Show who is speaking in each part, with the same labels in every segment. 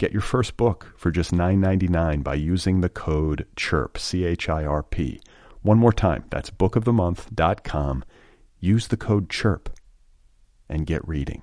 Speaker 1: Get your first book for just $9.99 by using the code CHIRP, C H I R P. One more time, that's bookofthemonth.com. Use the code CHIRP and get reading.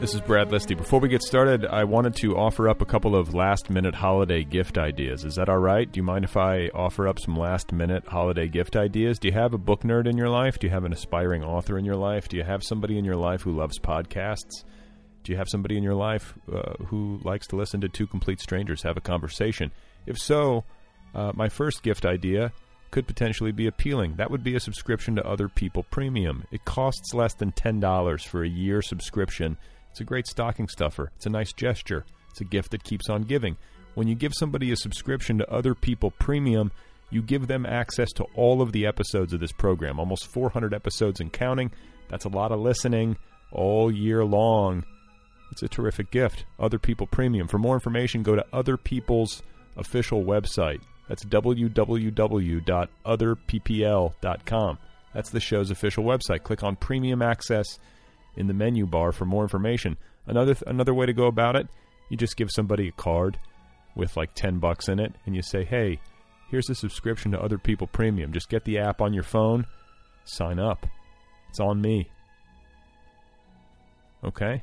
Speaker 2: This is Brad Listy. Before we get started, I wanted to offer up a couple of last minute holiday gift ideas. Is that all right? Do you mind if I offer up some last minute holiday gift ideas? Do you have a book nerd in your life? Do you have an aspiring author in your life? Do you have somebody in your life who loves podcasts? Do you have somebody in your life uh, who likes to listen to two complete strangers have a conversation? If so, uh, my first gift idea could potentially be appealing. That would be a subscription to Other People Premium. It costs less than $10 for a year subscription. It's a great stocking stuffer. It's a nice gesture. It's a gift that keeps on giving. When you give somebody a subscription to Other People Premium, you give them access to all of the episodes of this program, almost 400 episodes and counting. That's a lot of listening all year long. It's a terrific gift. Other People Premium. For more information, go to Other People's official website. That's www.otherppl.com. That's the show's official website. Click on Premium Access in the menu bar for more information. Another th- another way to go about it, you just give somebody a card with like 10 bucks in it and you say, "Hey, here's a subscription to Other People Premium. Just get the app on your phone, sign up. It's on me." Okay?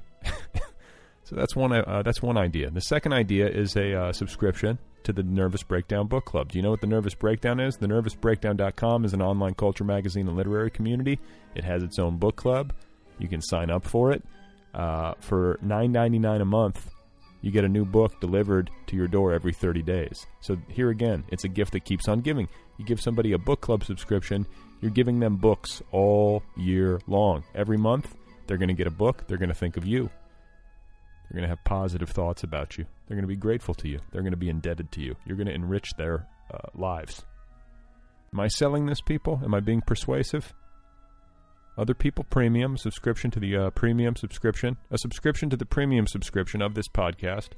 Speaker 2: So that's one. Uh, that's one idea. The second idea is a uh, subscription to the Nervous Breakdown Book Club. Do you know what the Nervous Breakdown is? The NervousBreakdown.com is an online culture magazine and literary community. It has its own book club. You can sign up for it uh, for nine ninety nine a month. You get a new book delivered to your door every 30 days. So here again, it's a gift that keeps on giving. You give somebody a book club subscription, you're giving them books all year long. Every month, they're going to get a book. They're going to think of you. They're going to have positive thoughts about you. They're going to be grateful to you. They're going to be indebted to you. You're going to enrich their uh, lives. Am I selling this, people? Am I being persuasive? Other people, premium subscription to the uh, premium subscription, a subscription to the premium subscription of this podcast,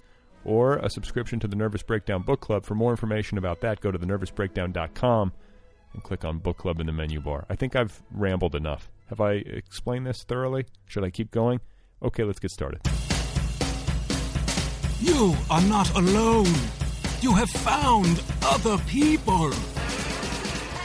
Speaker 2: or a subscription to the Nervous Breakdown Book Club. For more information about that, go to thenervousbreakdown.com and click on Book Club in the menu bar. I think I've rambled enough. Have I explained this thoroughly? Should I keep going? Okay, let's get started.
Speaker 3: You are not alone. You have found other people.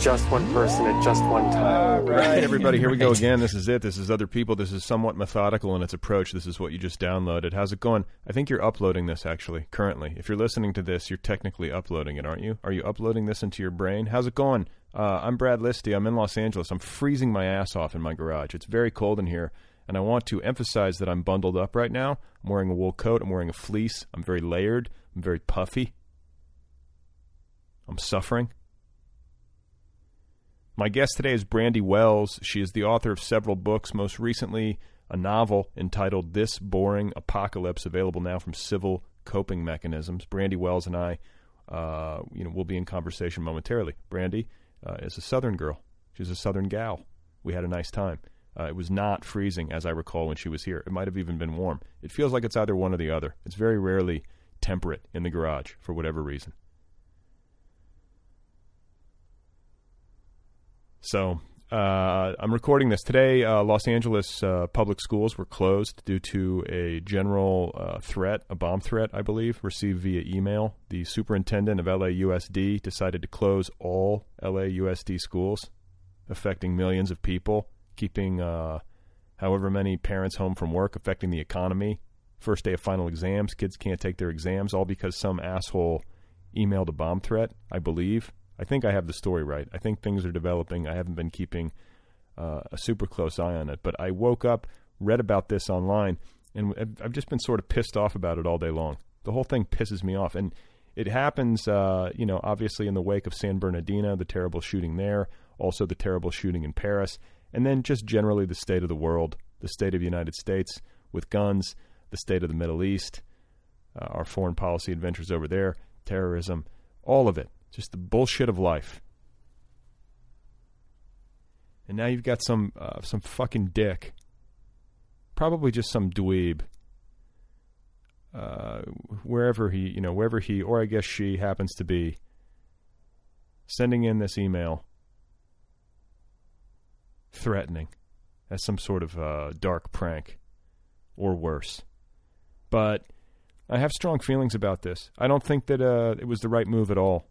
Speaker 4: just one person at just one time.
Speaker 2: Right, everybody, here we go again. This is it. This is other people. This is somewhat methodical in its approach. This is what you just downloaded. How's it going? I think you're uploading this actually currently. If you're listening to this, you're technically uploading it, aren't you? Are you uploading this into your brain? How's it going? Uh, I'm Brad Listy. I'm in Los Angeles. I'm freezing my ass off in my garage. It's very cold in here, and I want to emphasize that I'm bundled up right now. I'm wearing a wool coat. I'm wearing a fleece. I'm very layered. I'm very puffy. I'm suffering. My guest today is Brandy Wells. She is the author of several books, most recently a novel entitled This Boring Apocalypse, available now from Civil Coping Mechanisms. Brandy Wells and I, uh, you know, will be in conversation momentarily. Brandy uh, is a Southern girl. She's a Southern gal. We had a nice time. Uh, it was not freezing, as I recall, when she was here. It might have even been warm. It feels like it's either one or the other. It's very rarely temperate in the garage for whatever reason. So uh, I'm recording this today. Uh, Los Angeles uh, public schools were closed due to a general uh, threat, a bomb threat, I believe, received via email. The superintendent of LAUSD decided to close all LAUSD schools, affecting millions of people, keeping uh, however many parents home from work, affecting the economy. First day of final exams, kids can't take their exams, all because some asshole emailed a bomb threat, I believe. I think I have the story right. I think things are developing. I haven't been keeping uh, a super close eye on it, but I woke up, read about this online, and I've, I've just been sort of pissed off about it all day long. The whole thing pisses me off, and it happens, uh, you know, obviously in the wake of San Bernardino, the terrible shooting there, also the terrible shooting in Paris, and then just generally the state of the world, the state of the United States with guns, the state of the Middle East, uh, our foreign policy adventures over there, terrorism, all of it just the bullshit of life. And now you've got some uh, some fucking dick, probably just some dweeb, uh, wherever he you know wherever he or I guess she happens to be, sending in this email, threatening, as some sort of uh, dark prank, or worse. But I have strong feelings about this. I don't think that uh, it was the right move at all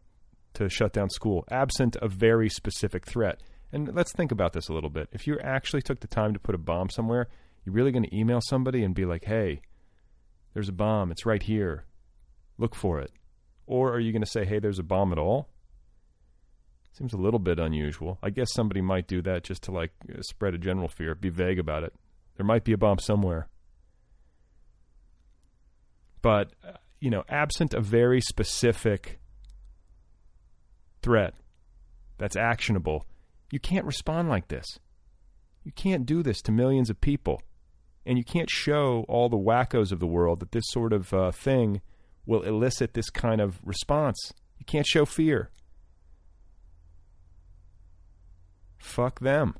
Speaker 2: to shut down school, absent a very specific threat. And let's think about this a little bit. If you actually took the time to put a bomb somewhere, you're really going to email somebody and be like, hey, there's a bomb. It's right here. Look for it. Or are you going to say, hey, there's a bomb at all? Seems a little bit unusual. I guess somebody might do that just to like spread a general fear, be vague about it. There might be a bomb somewhere. But, you know, absent a very specific threat that's actionable. You can't respond like this. You can't do this to millions of people. And you can't show all the wackos of the world that this sort of uh, thing will elicit this kind of response. You can't show fear. Fuck them.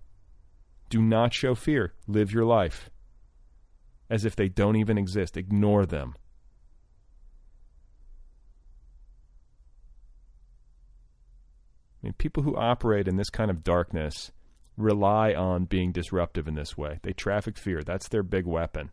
Speaker 2: Do not show fear. Live your life as if they don't even exist. Ignore them. I mean, people who operate in this kind of darkness rely on being disruptive in this way. They traffic fear. That's their big weapon.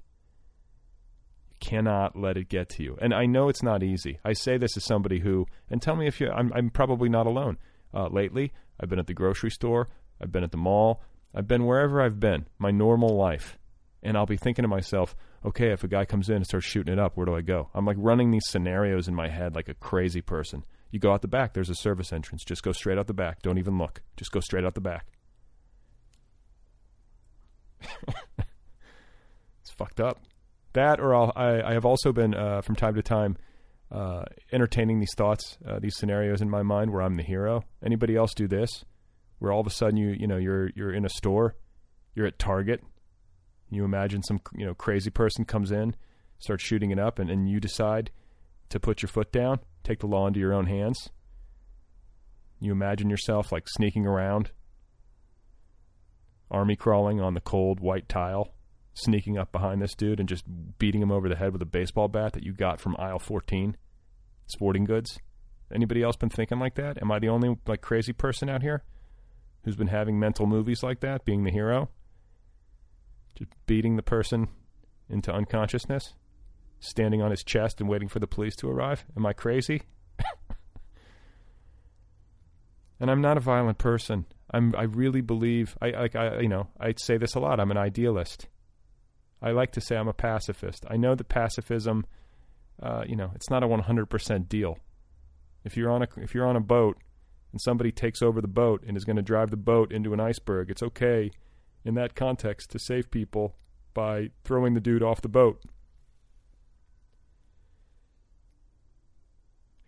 Speaker 2: You cannot let it get to you. And I know it's not easy. I say this as somebody who, and tell me if you, I'm, I'm probably not alone. Uh, lately, I've been at the grocery store, I've been at the mall, I've been wherever I've been, my normal life. And I'll be thinking to myself, okay, if a guy comes in and starts shooting it up, where do I go? I'm like running these scenarios in my head like a crazy person. You go out the back, there's a service entrance. Just go straight out the back. Don't even look. Just go straight out the back. it's fucked up. That, or I'll, i I, have also been uh, from time to time uh, entertaining these thoughts, uh, these scenarios in my mind where I'm the hero. Anybody else do this? Where all of a sudden you you know you're you're in a store, you're at Target, you imagine some you know crazy person comes in, starts shooting it up, and, and you decide to put your foot down take the law into your own hands. You imagine yourself like sneaking around, army crawling on the cold white tile, sneaking up behind this dude and just beating him over the head with a baseball bat that you got from aisle 14, sporting goods. Anybody else been thinking like that? Am I the only like crazy person out here who's been having mental movies like that, being the hero? Just beating the person into unconsciousness? standing on his chest and waiting for the police to arrive? Am I crazy? and I'm not a violent person. I'm I really believe I like I you know, I say this a lot. I'm an idealist. I like to say I'm a pacifist. I know that pacifism uh, you know, it's not a 100% deal. If you're on a if you're on a boat and somebody takes over the boat and is going to drive the boat into an iceberg, it's okay in that context to save people by throwing the dude off the boat.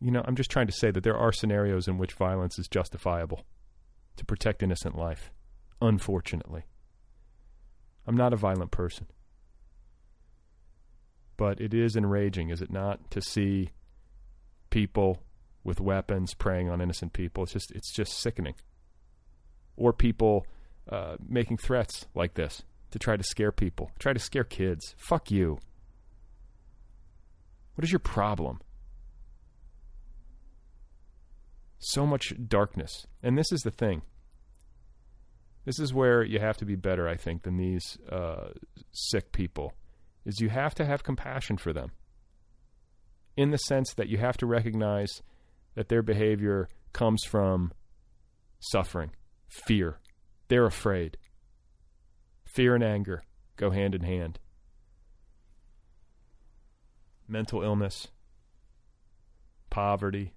Speaker 2: You know, I'm just trying to say that there are scenarios in which violence is justifiable to protect innocent life, unfortunately. I'm not a violent person. But it is enraging, is it not, to see people with weapons preying on innocent people. It's just it's just sickening. Or people uh, making threats like this to try to scare people, try to scare kids. Fuck you. What is your problem? So much darkness. And this is the thing. This is where you have to be better, I think, than these uh, sick people. Is you have to have compassion for them in the sense that you have to recognize that their behavior comes from suffering, fear. They're afraid. Fear and anger go hand in hand. Mental illness, poverty,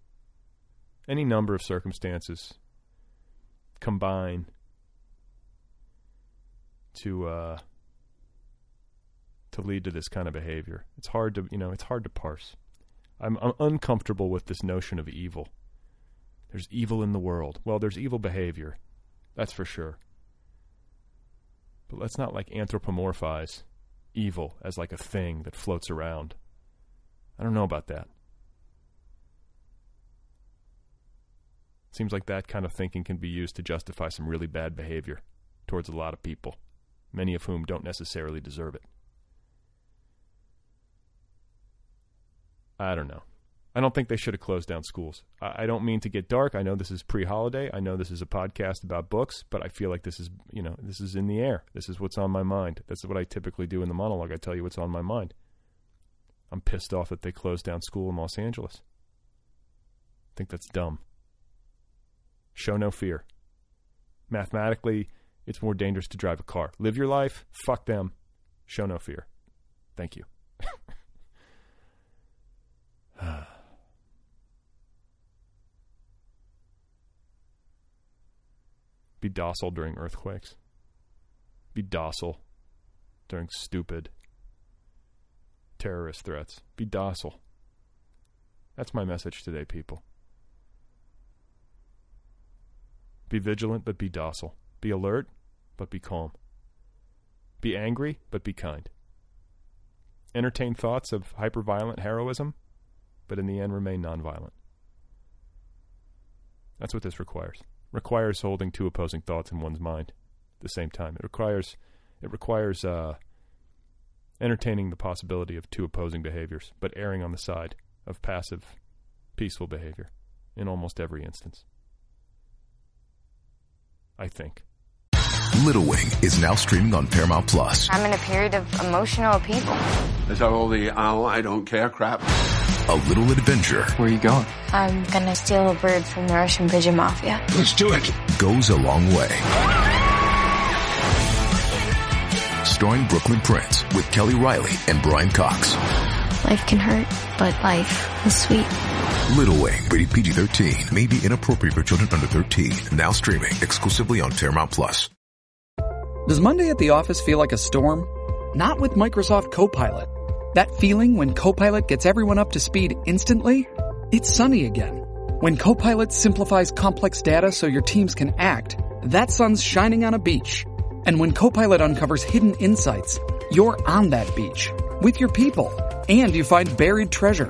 Speaker 2: any number of circumstances combine to uh, to lead to this kind of behavior. It's hard to you know it's hard to parse. I'm, I'm, uncomfortable with this notion of evil. There's evil in the world. Well, there's evil behavior. That's for sure. But let's not like anthropomorphize evil as like a thing that floats around. I don't know about that. Seems like that kind of thinking can be used to justify some really bad behavior towards a lot of people, many of whom don't necessarily deserve it. I don't know. I don't think they should have closed down schools. I, I don't mean to get dark. I know this is pre-holiday. I know this is a podcast about books, but I feel like this is, you know, this is in the air. This is what's on my mind. That's what I typically do in the monologue. I tell you what's on my mind. I'm pissed off that they closed down school in Los Angeles. I think that's dumb. Show no fear. Mathematically, it's more dangerous to drive a car. Live your life. Fuck them. Show no fear. Thank you. Be docile during earthquakes. Be docile during stupid terrorist threats. Be docile. That's my message today, people. Be vigilant, but be docile. Be alert, but be calm. Be angry, but be kind. Entertain thoughts of hyperviolent heroism, but in the end remain nonviolent. That's what this requires. Requires holding two opposing thoughts in one's mind at the same time. It requires it requires uh, entertaining the possibility of two opposing behaviors, but erring on the side of passive, peaceful behavior in almost every instance. I think.
Speaker 5: Little Wing is now streaming on Paramount Plus.
Speaker 6: I'm in a period of emotional upheaval.
Speaker 7: It's all the oh, I don't care crap.
Speaker 5: A little adventure.
Speaker 8: Where are you going?
Speaker 6: I'm gonna steal a bird from the Russian pigeon mafia.
Speaker 7: Let's do it.
Speaker 5: Goes a long way. Starring Brooklyn Prince with Kelly Riley and Brian Cox.
Speaker 6: Life can hurt, but life is sweet.
Speaker 5: Little Wing, rated PG-13, may be inappropriate for children under 13. Now streaming exclusively on Paramount Plus.
Speaker 9: Does Monday at the office feel like a storm? Not with Microsoft Copilot. That feeling when Copilot gets everyone up to speed instantly? It's sunny again. When Copilot simplifies complex data so your teams can act, that sun's shining on a beach. And when Copilot uncovers hidden insights, you're on that beach with your people and you find buried treasure.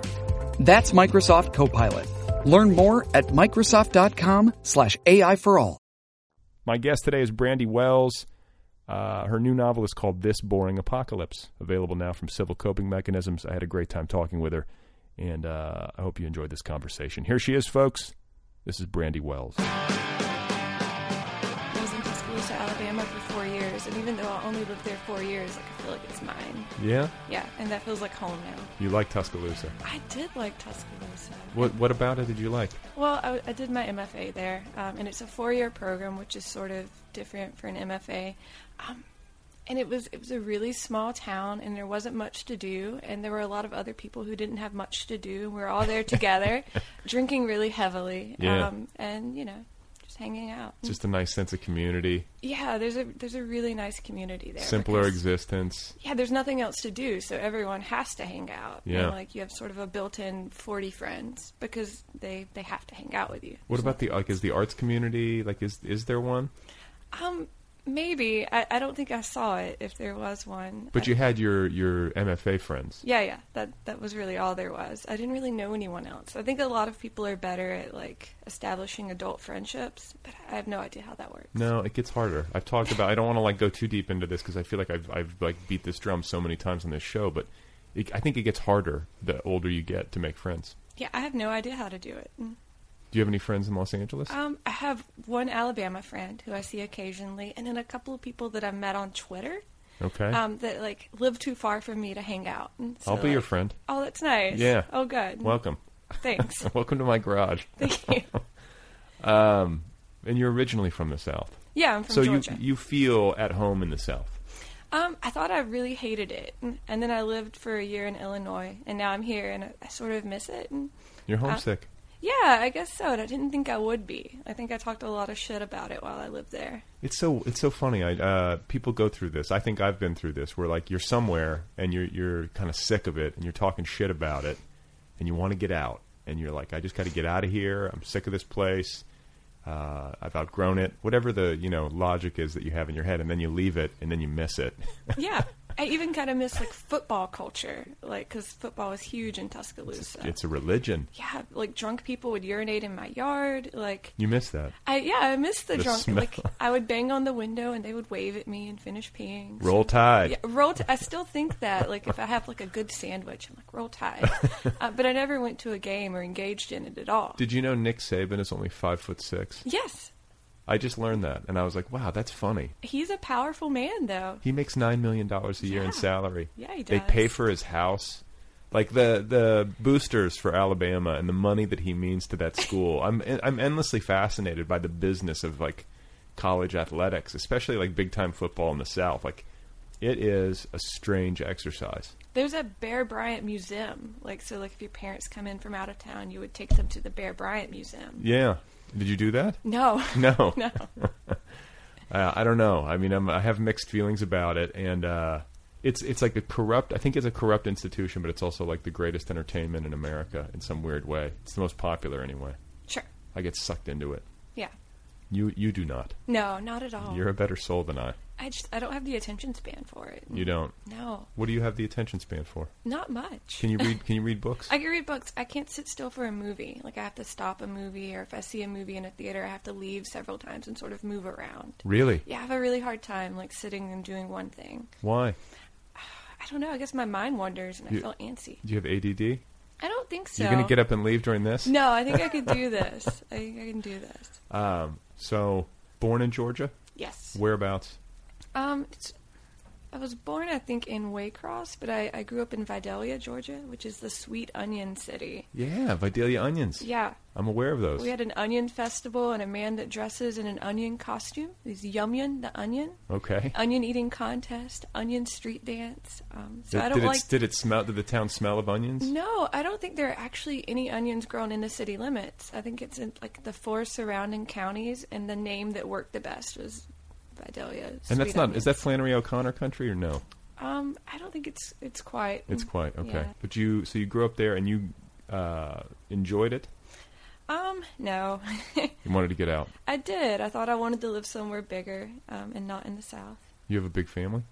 Speaker 9: That's Microsoft Copilot. Learn more at Microsoft.com slash AI for all.
Speaker 2: My guest today is Brandy Wells. Uh, her new novel is called This Boring Apocalypse, available now from Civil Coping Mechanisms. I had a great time talking with her, and uh, I hope you enjoyed this conversation. Here she is, folks. This is Brandy Wells.
Speaker 10: I was in Tuscaloosa, Alabama for four years, and even though I only lived there four years, like, I feel like it's mine.
Speaker 2: Yeah?
Speaker 10: Yeah, and that feels like home now.
Speaker 2: You like Tuscaloosa?
Speaker 10: I did like Tuscaloosa.
Speaker 2: What, what about it did you like?
Speaker 10: Well, I, I did my MFA there, um, and it's a four year program, which is sort of different for an MFA. Um, and it was it was a really small town and there wasn't much to do and there were a lot of other people who didn't have much to do we were all there together drinking really heavily
Speaker 2: Yeah.
Speaker 10: um, and you know just hanging out
Speaker 2: Just a nice sense of community,
Speaker 10: yeah there's a there's a really nice community there
Speaker 2: simpler
Speaker 10: because-
Speaker 2: existence.
Speaker 10: yeah there's nothing else to do so everyone has to hang out You know,
Speaker 2: Yeah.
Speaker 10: like you have sort of a built-in 40 friends because they they have to hang out with you
Speaker 2: What about the like? Is the arts community like? Is is there one?
Speaker 10: um maybe i, I don't think i saw it if there was one
Speaker 2: But you had your your MFA friends.
Speaker 10: Yeah, yeah. That that was really all there was. I didn't really know anyone else. I think a lot of people are better at like establishing adult friendships, but I have no idea how that works.
Speaker 2: No, it gets harder. I've talked about. I don't want to like go too deep into this because I feel like I've I've like beat this drum so many times on this show, but it, I think it gets harder the older you get to make friends.
Speaker 10: Yeah, I have no idea how to do it. Mm.
Speaker 2: Do you have any friends in Los Angeles?
Speaker 10: Um, I have one Alabama friend who I see occasionally, and then a couple of people that I met on Twitter.
Speaker 2: Okay.
Speaker 10: Um, that like live too far from me to hang out. And so,
Speaker 2: I'll be your
Speaker 10: like,
Speaker 2: friend.
Speaker 10: Oh, that's nice.
Speaker 2: Yeah.
Speaker 10: Oh, good.
Speaker 2: Welcome.
Speaker 10: Thanks.
Speaker 2: Welcome to my garage.
Speaker 10: Thank you.
Speaker 2: um, and you're originally from the South.
Speaker 10: Yeah, I'm from
Speaker 2: so
Speaker 10: Georgia.
Speaker 2: you you feel at home in the South.
Speaker 10: Um, I thought I really hated it, and and then I lived for a year in Illinois, and now I'm here, and I, I sort of miss it. And
Speaker 2: You're
Speaker 10: I-
Speaker 2: homesick.
Speaker 10: yeah, I guess so. And I didn't think I would be. I think I talked a lot of shit about it while I lived there.
Speaker 2: It's so it's so funny. I, uh, people go through this. I think I've been through this. Where like you're somewhere and you're you're kind of sick of it, and you're talking shit about it, and you want to get out, and you're like, I just got to get out of here. I'm sick of this place. Uh, I've outgrown it. Whatever the you know logic is that you have in your head, and then you leave it, and then you miss it.
Speaker 10: Yeah, I even kind of miss like football culture, like because
Speaker 11: Oh,
Speaker 10: football is huge in Tuscaloosa.
Speaker 2: It's a religion.
Speaker 10: yeah, like drunk people would urinate in my yard. Like
Speaker 2: You miss that.
Speaker 10: I yeah, I miss the,
Speaker 2: The
Speaker 10: drunk.
Speaker 2: smell.
Speaker 10: Like I would bang on the window and they would wave at me and finish peeing.
Speaker 2: Roll Tide.
Speaker 10: Yeah, roll. T- I still think that. Like if I have like a good sandwich, I'm like roll tide. uh, but I never went to a game or engaged in it at all.
Speaker 2: Did you know Nick Saban is only five foot six?
Speaker 10: Yes,
Speaker 2: I just learned that, and I was like, wow, that's funny.
Speaker 10: he's a powerful man though.
Speaker 2: He makes nine million dollars a year in salary.
Speaker 10: Yeah, he
Speaker 2: They
Speaker 10: does.
Speaker 2: pay for his house. Like the the boosters for Alabama and the money that he means to that school. I'm I'm endlessly fascinated by the business of like college athletics, especially like big time football in the South. Like it is a strange exercise.
Speaker 10: There's a Bear Bryant museum. Like so, like if your parents come in from out of town, you would take them to the Bear Bryant museum.
Speaker 2: Yeah. Did you do that?
Speaker 10: No.
Speaker 2: No.
Speaker 10: No.
Speaker 2: uh, I don't know. I mean, I'm, I have mixed feelings about it, and uh, it's it's like a corrupt. I think it's a corrupt institution, but it's also like the greatest entertainment in America in some weird way. It's the most popular anyway.
Speaker 10: Sure.
Speaker 2: I get sucked into it.
Speaker 10: Yeah.
Speaker 2: You you do not.
Speaker 10: No, not at all.
Speaker 2: You're a better soul than I.
Speaker 10: I just I don't have the attention span for it.
Speaker 2: You don't.
Speaker 10: No.
Speaker 2: What do you have the attention span for?
Speaker 10: Not much.
Speaker 2: Can you read? Can you read books?
Speaker 10: I can read books. I can't sit still for a movie. Like I have to stop a movie, or if I see a movie in a theater, I have to leave several times and sort of move around.
Speaker 2: Really?
Speaker 10: Yeah, I have a really hard time like sitting and doing one thing.
Speaker 2: Why?
Speaker 10: I don't know. I guess my mind wanders and I
Speaker 2: You-
Speaker 10: feel antsy.
Speaker 2: Do you have ADD?
Speaker 10: I don't think so.
Speaker 2: You're gonna get up and leave during this?
Speaker 10: No, I think I could do this. I think I can do this.
Speaker 2: Um. So, born in Georgia.
Speaker 10: Yes.
Speaker 2: Whereabouts?
Speaker 10: Um, it's, I was born, I think, in Waycross, but I, I grew up in Vidalia, Georgia, which is the sweet onion city.
Speaker 2: Yeah, Vidalia onions.
Speaker 10: Yeah.
Speaker 2: I'm aware of those.
Speaker 10: We had an onion festival and a man that dresses in an onion costume. He's Yumyon the Onion.
Speaker 2: Okay.
Speaker 10: Onion eating contest, onion street dance. Um, so
Speaker 2: did,
Speaker 10: I don't
Speaker 2: did
Speaker 10: like.
Speaker 2: it, did it smell? Did the town smell of onions?
Speaker 10: no, I don't think there are actually any onions grown in the city limits. I think it's in like the four surrounding counties, and the name that worked the best was Vidalia.
Speaker 2: and that's
Speaker 10: Sweet
Speaker 2: not.
Speaker 10: Onion.
Speaker 2: Is that Flannery O'Connor country or no?
Speaker 10: Um, I don't think it's it's quite.
Speaker 2: It's quite okay.
Speaker 10: Yeah.
Speaker 2: But you, so you grew up there and you uh, enjoyed it.
Speaker 10: Um, no,
Speaker 2: You wanted to get out.
Speaker 10: I did. I thought I wanted to live somewhere bigger, um, and not in the south.
Speaker 2: You have a big family,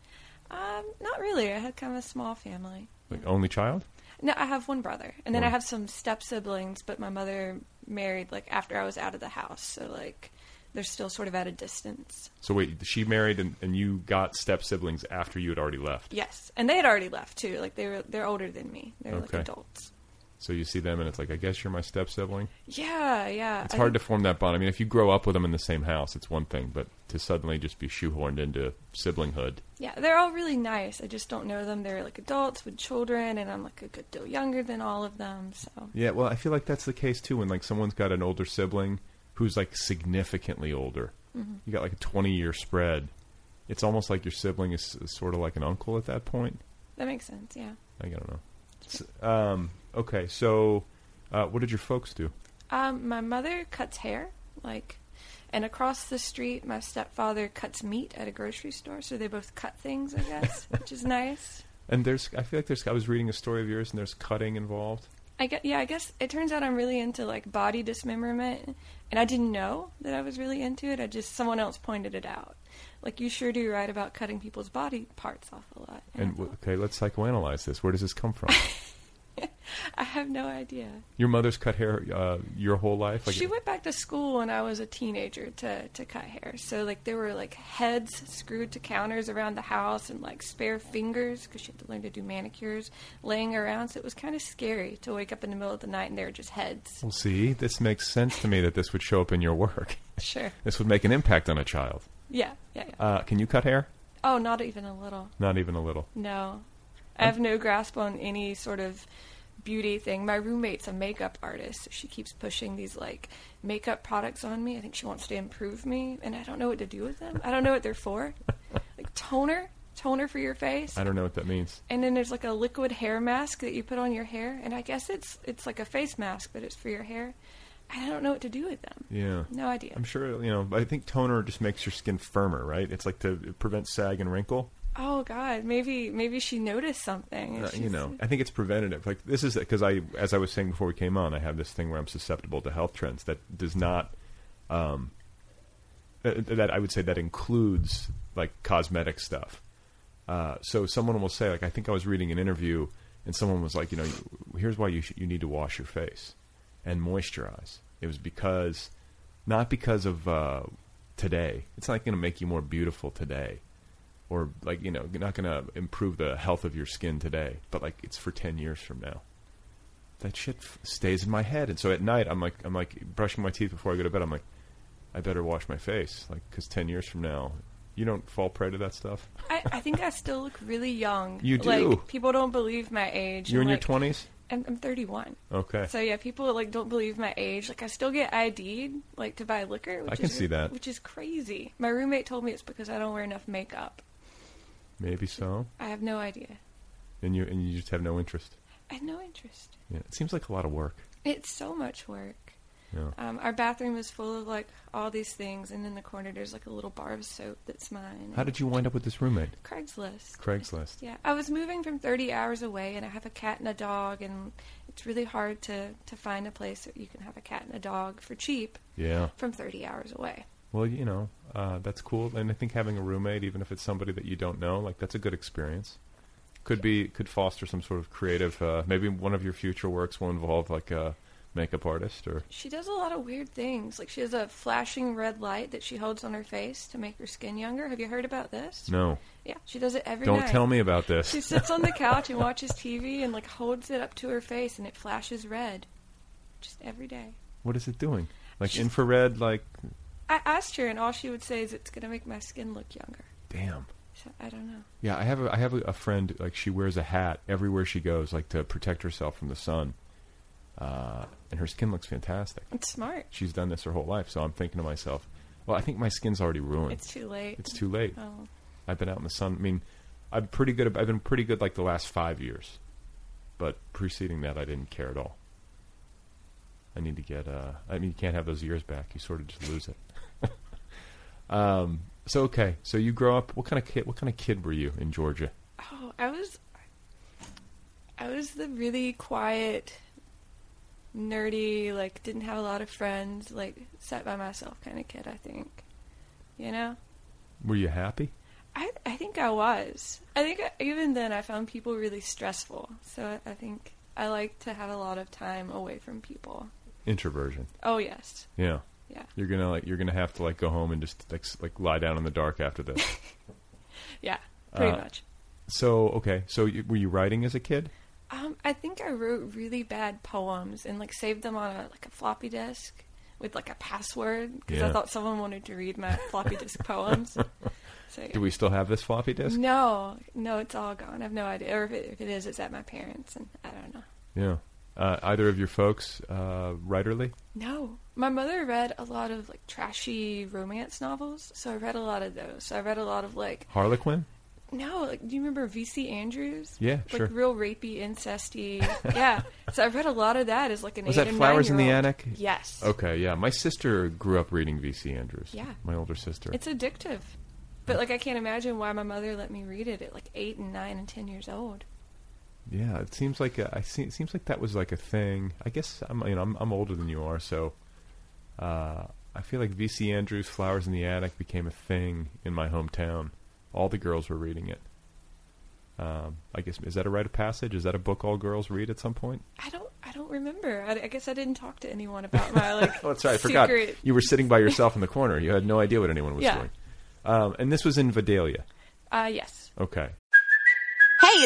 Speaker 10: Um, not really. I had kind of a small family.
Speaker 2: like only child.
Speaker 10: No, I have one brother, and then I
Speaker 2: One.
Speaker 10: have some step siblings. But my mother married like after I was out of the house, so like they're still sort of at a distance.
Speaker 2: So wait, she married and, and you got step siblings after you had already left.
Speaker 10: Yes, and they had already left too. Like they were they're older than me. They're
Speaker 2: Okay.
Speaker 10: like adults.
Speaker 2: So you see them and it's like, I guess you're my step sibling.
Speaker 10: Yeah, yeah.
Speaker 2: It's
Speaker 10: I
Speaker 2: hard
Speaker 10: think-
Speaker 2: to form that bond. I mean, if you grow up with them in the same house, it's one thing, but to suddenly just be shoehorned into siblinghood.
Speaker 10: Yeah, they're all really nice. I just don't know them. They're like adults with children, and I'm like a good deal younger than all of them. So
Speaker 2: Yeah, well, I feel like that's the case too. When like someone's got an older sibling who's like significantly older,
Speaker 10: Mhm.
Speaker 2: you got like a twenty year spread, it's almost like your sibling is, is sort of like an uncle at that point.
Speaker 10: That makes sense. Yeah.
Speaker 2: Like, I don't know. S um, okay, so uh, what did your folks do?
Speaker 10: Um, my mother cuts hair, like, and across the street, my stepfather cuts meat at a grocery store. So they both cut things, I guess, which is nice.
Speaker 2: And there's, I feel like there's. I was reading a story of yours, and there's cutting involved.
Speaker 10: I guess, yeah, I guess it turns out I'm really into like body dismemberment, and I didn't know that I was really into it. I just someone else pointed it out. Like you sure do write about cutting people's body parts off a lot.
Speaker 2: And w- okay, let's psychoanalyze this. Where does this come from?
Speaker 10: I have no idea.
Speaker 2: Your mother's cut hair uh, your whole life.
Speaker 10: she went back to school when I was a teenager to to cut hair. So like there were like heads screwed to counters around the house and like spare fingers because she had to learn to do manicures laying around. So it was kind of scary to wake up in the middle of the night and there were just heads.
Speaker 2: Well, see, this makes sense to me that this would show up in your work.
Speaker 10: Sure.
Speaker 2: this would make an impact on a child.
Speaker 10: Yeah, yeah, yeah.
Speaker 2: Uh, can you cut hair?
Speaker 10: Oh, not even a little.
Speaker 2: Not even a little.
Speaker 10: No. I have no grasp on any sort of beauty thing. My roommate's a makeup artist. So she keeps pushing these like makeup products on me. I think she wants to improve me, and I don't know what to do with them. I don't know what they're for. Like toner, toner for your face.
Speaker 2: I don't know what that means.
Speaker 10: And then there's like a liquid hair mask that you put on your hair, and I guess it's it's like a face mask, but it's for your hair. I don't know what to do with them.
Speaker 2: Yeah.
Speaker 10: No idea.
Speaker 2: I'm sure you know. I think toner just makes your skin firmer, right? It's like to prevent sag and wrinkle.
Speaker 10: Oh God, maybe maybe she noticed something. and
Speaker 2: Uh, you
Speaker 10: she's-
Speaker 2: know, I think it's preventative. Like this is because I, as I was saying before we came on, I have this thing where I'm susceptible to health trends that does not, um, uh, that I would say that includes like cosmetic stuff. Uh, so someone will say, like, I think I was reading an interview, and someone was like, you know, here's why you sh- you need to wash your face and moisturize. It was because, not because of uh, today. It's not going to make you more beautiful today or like you know you're not going to improve the health of your skin today but like it's for 10 years from now that shit f- stays in my head and so at night i'm like i'm like brushing my teeth before i go to bed i'm like i better wash my face like cuz 10 years from now you don't fall prey to that stuff
Speaker 10: I, I think I still look really young.
Speaker 2: You do.
Speaker 10: Like, people don't believe my age.
Speaker 2: you're in
Speaker 10: and,
Speaker 2: your
Speaker 10: like,
Speaker 2: 20s
Speaker 10: I'm, I'm 31.
Speaker 2: okay
Speaker 10: So yeah, people like don't believe my age. Like I still get ID'd like to buy liquor. Which
Speaker 2: I can
Speaker 10: is,
Speaker 2: see that.
Speaker 10: Which is crazy. My roommate told me it's because I don't wear enough makeup.
Speaker 2: maybe so
Speaker 10: I have no idea.
Speaker 2: and you and you just have no interest
Speaker 10: I have no interest.
Speaker 2: yeah it seems like a lot of work
Speaker 10: It's so much work.
Speaker 2: yeah
Speaker 10: Um, our bathroom is full of like all these things, and in the corner there's like a little bar of soap that's mine.
Speaker 2: how did you wind up with this roommate
Speaker 10: Craigslist?
Speaker 2: craigslist
Speaker 10: Yeah, I was moving from 30 hours away, and I have a cat and a dog, and it's really hard to to find a place that you can have a cat and a dog for cheap
Speaker 2: yeah
Speaker 10: from 30 hours away.
Speaker 2: Well, you know, uh, that's cool, and I think having a roommate, even if it's somebody that you don't know, like that's a good experience. Could be could foster some sort of creative. Uh, maybe one of your future works will involve like a makeup artist or
Speaker 10: She does a lot of weird things. Like she has a flashing red light that she holds on her face to make her skin younger. Have you heard about this?
Speaker 2: no.
Speaker 10: Yeah, she does it every
Speaker 2: Don't
Speaker 10: night.
Speaker 2: tell me about this.
Speaker 10: She sits on the couch and watches TV and like holds it up to her face and it flashes red, just every day.
Speaker 2: What is it doing? Like
Speaker 10: She's-
Speaker 2: infrared? Like
Speaker 10: I asked her, and all she would say is, "It's gonna make my skin look younger."
Speaker 2: damn.
Speaker 10: So I don't know.
Speaker 2: Yeah, I have a, I have a, a friend like she wears a hat everywhere she goes, like to protect herself from the sun, uh, and her skin looks fantastic.
Speaker 10: It's smart.
Speaker 2: She's done this her whole life, so I'm thinking to myself, well, I think my skin's already ruined.
Speaker 10: It's too late.
Speaker 2: It's too late.
Speaker 10: Oh.
Speaker 2: I've been out in the sun. I mean, I'm pretty good. I've been pretty good like the last five years, but preceding that, I didn't care at all. I need to get. Uh, I mean, you can't have those years back. You sort of just lose it. um, so okay, so you grow up. What kind of kid? What kind of kid were you in Georgia?
Speaker 10: Oh, I was, I was the really quiet, nerdy, like didn't have a lot of friends, like sat by myself kind of kid. I think, you know,
Speaker 2: Were you happy?
Speaker 10: I I think I was. I think I, even then I found people really stressful. So I, I think I like to have a lot of time away from people.
Speaker 2: Introversion.
Speaker 10: Oh yes,
Speaker 2: Yeah.
Speaker 10: Yeah.
Speaker 2: You're gonna like. You're gonna have to like go home and just like s- like lie down in the dark after this.
Speaker 10: yeah, pretty
Speaker 2: Uh,
Speaker 10: much.
Speaker 2: So okay. So you, were you writing as a kid?
Speaker 10: Um, I think I wrote really bad poems and like saved them on a like a floppy disk with like a password because
Speaker 2: Yeah.
Speaker 10: I thought someone wanted to read my floppy disk poems. So, yeah.
Speaker 2: Do we still have this floppy disk?
Speaker 10: No, no, it's all gone. I have no idea. Or if it, if it is, it's at my parents, and I don't know.
Speaker 2: Yeah. Uh, either of your folks uh, writerly?
Speaker 10: No, my mother read a lot of like trashy romance novels, so I read a lot of those. So I read a lot of like
Speaker 2: Harlequin.
Speaker 10: no, like do you remember VC Andrews?
Speaker 2: Yeah,
Speaker 10: like
Speaker 2: sure.
Speaker 10: real rapey, incesty. yeah, so I read a lot of that as like an
Speaker 2: Was
Speaker 10: eight
Speaker 2: that
Speaker 10: and
Speaker 2: Flowers in the
Speaker 10: nine-year-old.
Speaker 2: Attic?
Speaker 10: Yes.
Speaker 2: Okay, yeah. My sister grew up reading V.C. Andrews.
Speaker 10: Yeah.
Speaker 2: My older sister.
Speaker 10: It's addictive. But like I can't imagine why my mother let me read it at like eight and nine and ten years old.
Speaker 2: yeah, it seems like a, I see, it seems like that was like a thing. I guess I'm you know I'm, I'm older than you are, so uh, I feel like V.C. Andrews' Flowers in the Attic became a thing in my hometown. All the girls were reading it. Um, I guess is that a rite of passage? Is that a book all girls read at some point?
Speaker 10: I don't I don't remember. I, I guess I didn't talk to anyone about my like
Speaker 2: Oh, that's right. I
Speaker 10: secret.
Speaker 2: forgot. You were sitting by yourself in the corner. You had no idea what anyone was
Speaker 10: Yeah.
Speaker 2: doing. Um, and this was in Vidalia.
Speaker 10: Uh yes.
Speaker 2: Okay.
Speaker 8: Hey,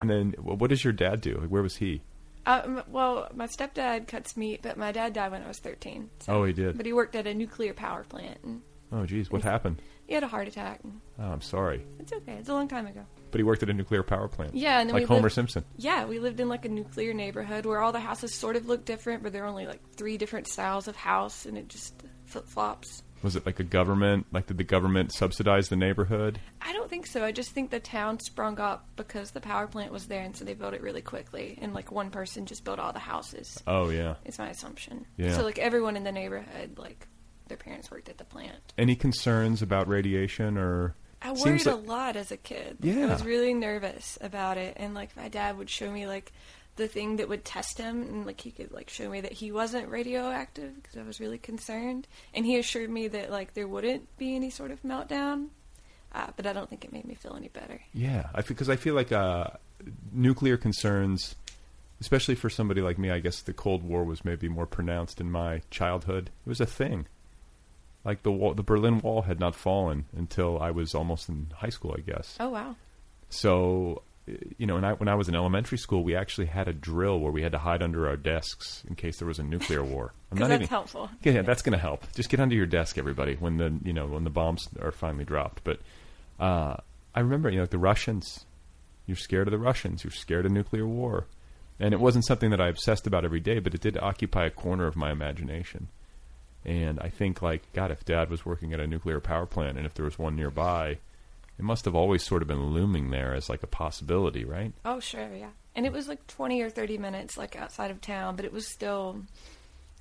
Speaker 2: And then, wh- what does your dad do? Like, where was he?
Speaker 10: Um, well, my stepdad cuts meat, but my dad died when I was thirteen. so-
Speaker 2: Oh, he did.
Speaker 10: But he worked at a nuclear power plant, and
Speaker 2: Oh, geez, what happened?
Speaker 10: he had a heart attack. And
Speaker 2: Oh, I'm sorry,
Speaker 10: it's okay. It's a long time ago.
Speaker 2: but he worked at a nuclear power plant.
Speaker 10: Yeah, and then
Speaker 2: like
Speaker 10: we
Speaker 2: Homer
Speaker 10: lived-
Speaker 2: Simpson.
Speaker 10: Yeah, we lived in like a nuclear neighborhood where all the houses sort of look different, but there are only like three different styles of house, and it just flip flops.
Speaker 2: Was it like a government? Like, did the government subsidize the neighborhood?
Speaker 10: I don't think so. I just think the town sprung up because the power plant was there, and so they built it really quickly, and like one person just built all the houses.
Speaker 2: Oh, yeah.
Speaker 10: is my assumption.
Speaker 2: Yeah.
Speaker 10: So like everyone in the neighborhood, like their parents worked at the plant.
Speaker 2: Any concerns about radiation or?
Speaker 10: I
Speaker 2: seems
Speaker 10: worried a
Speaker 2: like-
Speaker 10: lot as a kid. I
Speaker 2: Yeah.
Speaker 10: was really nervous about it, and like my dad would show me like the thing that would test him, and like he could like show me that he wasn't radioactive because I was really concerned, and he assured me that like there wouldn't be any sort of meltdown, uh, but I don't think it made me feel any better.
Speaker 2: Yeah, I because I feel like uh, nuclear concerns, especially for somebody like me, I guess the Cold War was maybe more pronounced in my childhood. It was a thing. Like the wall, the Berlin Wall had not fallen until I was almost in high school, I guess.
Speaker 10: Oh wow.
Speaker 2: So, uh, you know, and I, when I was in elementary school, we actually had a drill where we had to hide under our desks in case there was a nuclear war.
Speaker 10: 'Cause that's helpful.
Speaker 2: Yeah, yeah, that's going to help. Just get under your desk, everybody, when the you know when the bombs are finally dropped. But uh, I remember, you know, the Russians. You're scared of the Russians. You're scared of nuclear war, and it wasn't something that I obsessed about every day, but it did occupy a corner of my imagination. And I think, like, God, if Dad was working at a nuclear power plant, and if there was one nearby, it must have always sort of been looming there as like a possibility, right?
Speaker 10: Oh sure, yeah. And it was like twenty or thirty minutes like outside of town, but it was still,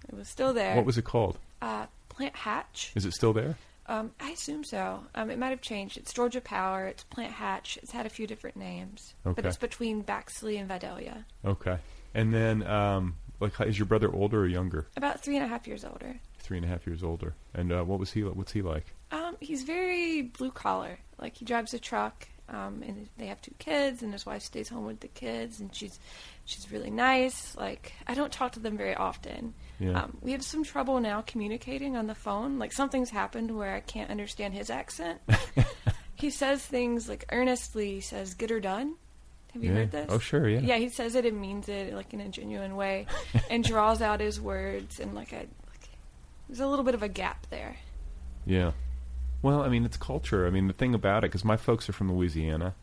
Speaker 10: it was still there.
Speaker 2: What was it called?
Speaker 10: Uh, Plant Hatch.
Speaker 2: Is it still there?
Speaker 10: Um, I assume so. Um, it might have changed. It's Georgia Power. It's Plant Hatch. It's had a few different names, but
Speaker 2: Okay.
Speaker 10: it's between Baxley and Vidalia.
Speaker 2: Okay. And then, um, like, how- is your brother older or younger?
Speaker 10: About three and a half years older.
Speaker 2: Three and a half years older. And uh, what was he? What's he like?
Speaker 10: Um, he's very blue collar. Like he drives a truck, um, and they have two kids, and his wife stays home with the kids, and she's she's really nice. Like I don't talk to them very often.
Speaker 12: Yeah.
Speaker 10: Um, we have some trouble now communicating on the phone. Like something's happened where I can't understand his accent. he says things like earnestly. He says "get her done." Have you
Speaker 2: Yeah.
Speaker 10: heard this?
Speaker 2: Oh, sure, yeah.
Speaker 10: Yeah, he says it and means it like in a genuine way, and draws out his words and like I. Like, there's a little bit of a gap there.
Speaker 2: Yeah. Well, I mean, it's culture. I mean, the thing about it, because my folks are from Louisiana,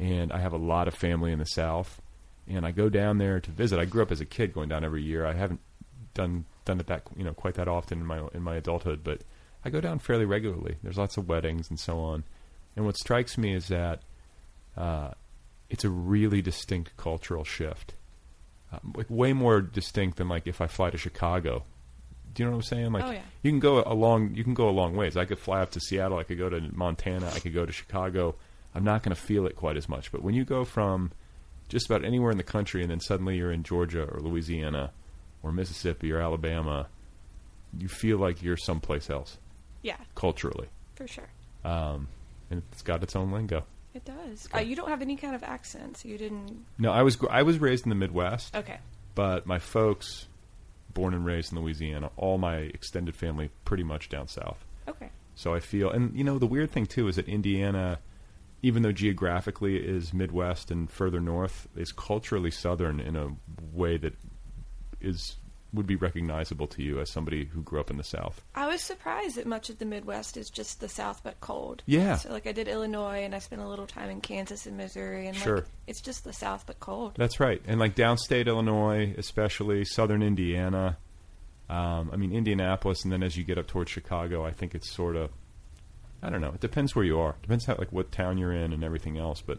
Speaker 2: and I have a lot of family in the South, and I go down there to visit. I grew up as a kid going down every year. I haven't done done it that you know quite that often in my in my adulthood, but I go down fairly regularly. There's lots of weddings and so on, and what strikes me is that uh, it's a really distinct cultural shift, um, like way more distinct than like if I fly to Chicago. Do you know what I'm saying? Like
Speaker 10: Oh, yeah.
Speaker 2: you can go a long you can go a long ways. I could fly up to Seattle, I could go to Montana, I could go to Chicago. I'm not going to feel it quite as much. But when you go from just about anywhere in the country and then suddenly you're in Georgia or Louisiana or Mississippi or Alabama, you feel like you're someplace else
Speaker 10: Yeah,
Speaker 2: culturally.
Speaker 10: for sure.
Speaker 2: Um, and it's got its own lingo.
Speaker 10: It does. Uh, you don't have any kind of accent, so you didn't.
Speaker 2: No, I was gr- I was raised in the Midwest.
Speaker 10: Okay.
Speaker 2: But my folks born and raised in Louisiana. All my extended family pretty much down south.
Speaker 10: Okay.
Speaker 2: So I feel, and you know, the weird thing too is that Indiana, even though geographically it is Midwest and further north, is culturally Southern in a way that is would be recognizable to you as somebody who grew up in the South.
Speaker 10: I was surprised that much of the Midwest is just the South but cold.
Speaker 2: Yeah.
Speaker 10: So like I did Illinois and I spent a little time in Kansas and Missouri and
Speaker 2: Sure.
Speaker 10: like it's just the South but cold.
Speaker 2: That's right, and like downstate Illinois, especially Southern Indiana. Um, I mean Indianapolis, and then as you get up towards Chicago, I think it's sort of, I don't know. It depends where you are. Depends how like what town you're in and everything else. But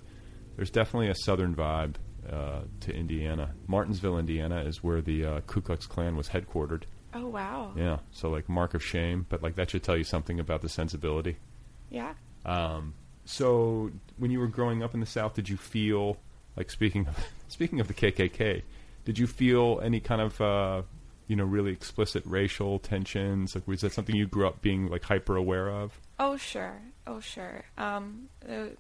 Speaker 2: there's definitely a Southern vibe uh, to Indiana. Martinsville, Indiana, is where the uh, Ku Klux Klan was headquartered.
Speaker 10: Oh wow.
Speaker 2: Yeah, so like mark of shame, but like that should tell you something about the sensibility.
Speaker 10: Yeah.
Speaker 2: Um, so when you were growing up in the South, did you feel like speaking of speaking of the KKK? Did you feel any kind of uh, you know really explicit racial tensions? Like was that something you grew up being like hyper aware of?
Speaker 10: Oh sure. Oh sure. Um the-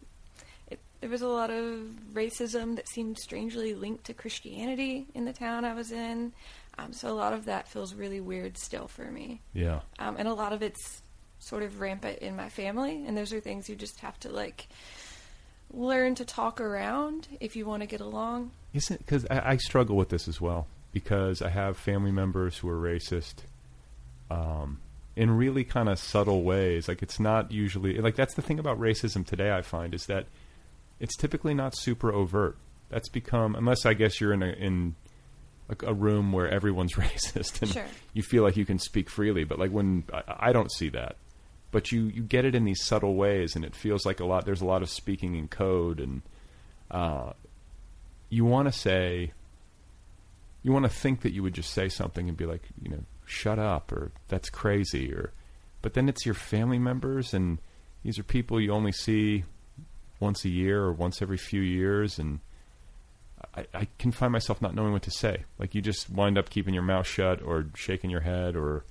Speaker 10: it, there was a lot of racism that seemed strangely linked to Christianity in the town I was in. Um, so a lot of that feels really weird still for me.
Speaker 2: Yeah.
Speaker 10: um, and a lot of it's sort of rampant in my family and those are things you just have to like learn to talk around if you want to get along
Speaker 2: Isn't because I, I struggle with this as well because I have family members who are racist, um, in really kind of subtle ways. Like it's not usually like that's the thing about racism today. I find is that it's typically not super overt. That's become unless I guess you're in a in a, a room where everyone's racist and
Speaker 10: Sure.
Speaker 2: you feel like you can speak freely. But like when I, I don't see that. But you, you get it in these subtle ways, and it feels like a lot. There's a lot of speaking in code, and uh, you want to say you want to think that you would just say something and be like you know shut up or that's crazy or but then it's your family members and these are people you only see once a year or once every few years and I, I can find myself not knowing what to say like you just wind up keeping your mouth shut or shaking your head or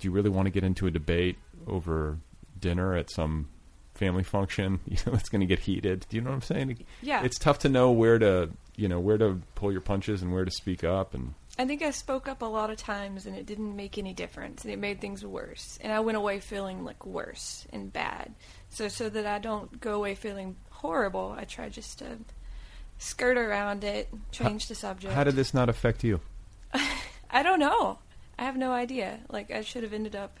Speaker 2: do you really want to get into a debate over dinner at some family function you know it's going to get heated do you know what i'm saying
Speaker 10: Yeah.
Speaker 2: it's tough to know where to you know where to pull your punches and where to speak up and
Speaker 10: i think i spoke up a lot of times and it didn't make any difference and it made things worse and i went away feeling like worse and bad so so that i don't go away feeling horrible i try just to skirt around it change the subject
Speaker 2: how did this not affect you
Speaker 10: i don't know i have no idea like i should have ended up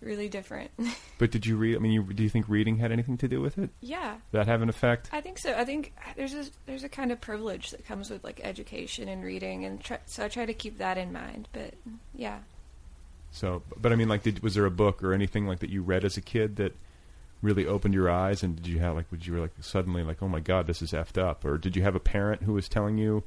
Speaker 10: really different
Speaker 2: but did you read i mean you, do you think reading had anything to do with it
Speaker 10: Yeah.
Speaker 2: Did that have an effect
Speaker 10: I think so. I think there's a there's a kind of privilege that comes with like education and reading, and try, so I try to keep that in mind. But yeah,
Speaker 2: so but i mean like did, was there a book or anything like that you read as a kid that really opened your eyes and did you have like would you were like suddenly like oh my god this is effed up or did you have a parent who was telling you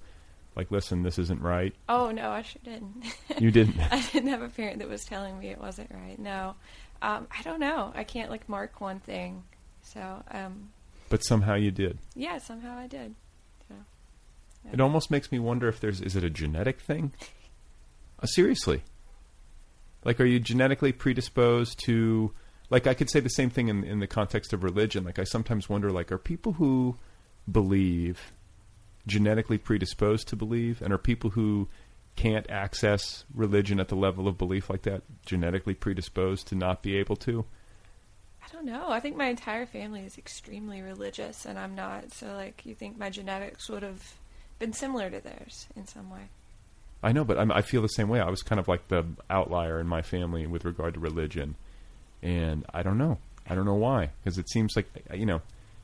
Speaker 2: like listen this isn't right
Speaker 10: oh no, I sure didn't.
Speaker 2: You didn't?
Speaker 10: I didn't have a parent that was telling me it wasn't right. No, um, I don't know. I can't like mark one thing. So um,
Speaker 2: but somehow you did
Speaker 10: yeah, somehow I did. So, yeah.
Speaker 2: It almost makes me wonder if there's is it a genetic thing? Uh, seriously. Like are you genetically predisposed to like I could say the same thing in in the context of religion. Like I sometimes wonder like are people who believe genetically predisposed to believe and are people who can't access religion at the level of belief like that genetically predisposed to not be able to?
Speaker 10: I don't know. I think my entire family is extremely religious, and I'm not. So like, you think my genetics would have been similar to theirs in some way?
Speaker 2: I know, but I'm, I feel the same way. I was kind of like the outlier in my family with regard to religion, and I don't know. I don't know why, because it seems like you know,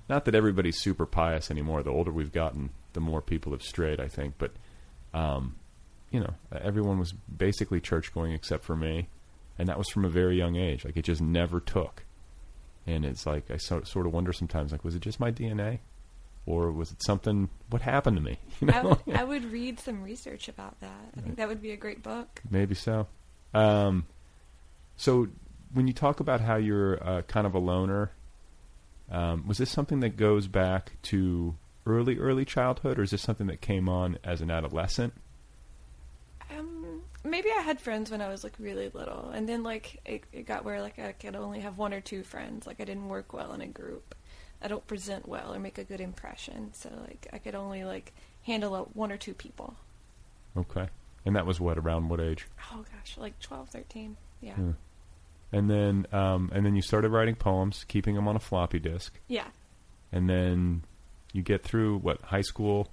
Speaker 2: not that everybody's super pious anymore. The older we've gotten, the more people have strayed. I think, but um, you know, everyone was basically church going except for me, and that was from a very young age. Like it just never took, and it's like I so, sort of wonder sometimes, like was it just my DNA, or was it something? What happened to me? You know?
Speaker 10: I would, I would read some research about that. I think that would be a great book.
Speaker 2: Maybe so. Um, so when you talk about how you're uh, kind of a loner, um, was this something that goes back to early, early childhood, or is this something that came on as an adolescent?
Speaker 10: Um, maybe I had friends when I was like really little, and then like it, it got where like I could only have one or two friends. Like I didn't work well in a group. I don't present well or make a good impression. So like I could only like handle uh, one or two people.
Speaker 2: Okay. And that was what around what age?
Speaker 10: Oh gosh, like 12, 13. Yeah.
Speaker 2: Yeah. And then um, and then you started writing poems, keeping them on a floppy disk.
Speaker 10: Yeah.
Speaker 2: And then you get through what high school.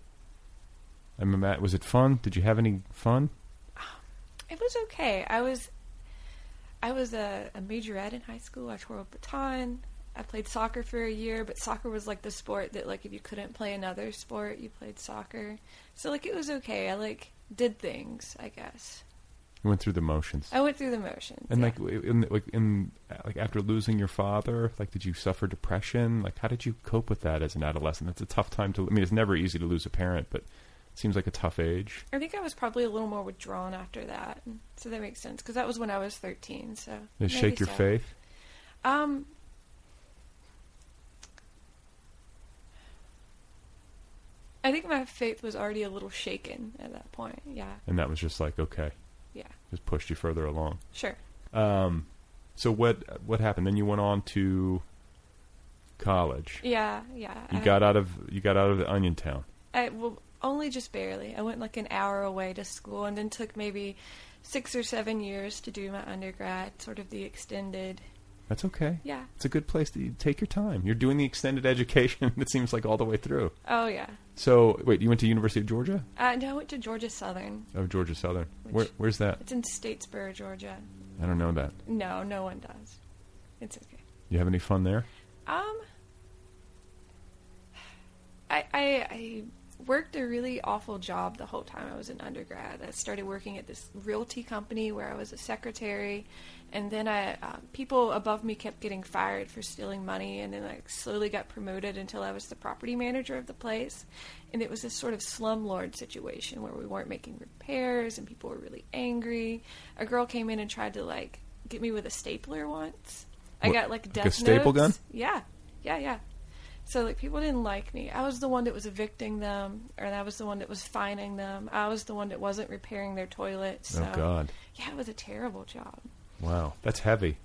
Speaker 2: I remember. Was it fun? Did you have any fun?
Speaker 10: It was okay. I was I was a, a majorette in high school. I twirled baton. I played soccer for a year, but soccer was like the sport that like if you couldn't play another sport, you played soccer. So like it was okay. I like did things, I guess.
Speaker 2: You went through the motions.
Speaker 10: I went through the motions.
Speaker 2: And like w- in, like in like after losing your father, like did you suffer depression? Like how did you cope with that as an adolescent? That's a tough time to. I mean, it's never easy to lose a parent, but it seems like a tough age.
Speaker 10: I think I was probably a little more withdrawn after that, so that makes sense because that was when I was thirteen. So
Speaker 2: Did it
Speaker 10: maybe
Speaker 2: shake your
Speaker 10: so.
Speaker 2: faith?
Speaker 10: Um, I think my faith was already a little shaken at that point. Yeah,
Speaker 2: And that was just like okay.
Speaker 10: Yeah.
Speaker 2: Just pushed you further along.
Speaker 10: sure.
Speaker 2: Um, so what what happened? Then you went on to college.
Speaker 10: Yeah, yeah.
Speaker 2: You
Speaker 10: I,
Speaker 2: got out of you got out of the Onion Town.
Speaker 10: I well, only just barely. I went like an hour away to school, and then took maybe six or seven years to do my undergrad, sort of the extended.
Speaker 2: That's okay.
Speaker 10: Yeah.
Speaker 2: It's a good place to you take your time. You're doing the extended education. It seems like all the way through.
Speaker 10: Oh yeah.
Speaker 2: So wait, you went to University of Georgia?
Speaker 10: Uh, no, I went to Georgia Southern.
Speaker 2: Oh, Georgia Southern. Where, where's that?
Speaker 10: It's in Statesboro, Georgia.
Speaker 2: I don't know that.
Speaker 10: No, no one does. It's okay.
Speaker 2: You have any fun there?
Speaker 10: Um, I, I I worked a really awful job the whole time I was in undergrad. I started working at this realty company where I was a secretary, and then I uh, people above me kept getting fired for stealing money, and then I slowly got promoted until I was the property manager of the place. And it was this sort of slumlord situation where we weren't making repairs, and people were really angry. A girl came in and tried to like get me with a stapler once. I
Speaker 2: What,
Speaker 10: got like
Speaker 2: like a
Speaker 10: death
Speaker 2: staple
Speaker 10: notes.
Speaker 2: gun?
Speaker 10: Yeah, yeah, yeah. So like people didn't like me. I was the one that was evicting them, or I was the one that was fining them. I was the one that wasn't repairing their toilets.
Speaker 2: Oh,
Speaker 10: So.
Speaker 2: God.
Speaker 10: Yeah, it was a terrible job.
Speaker 2: Wow, that's heavy.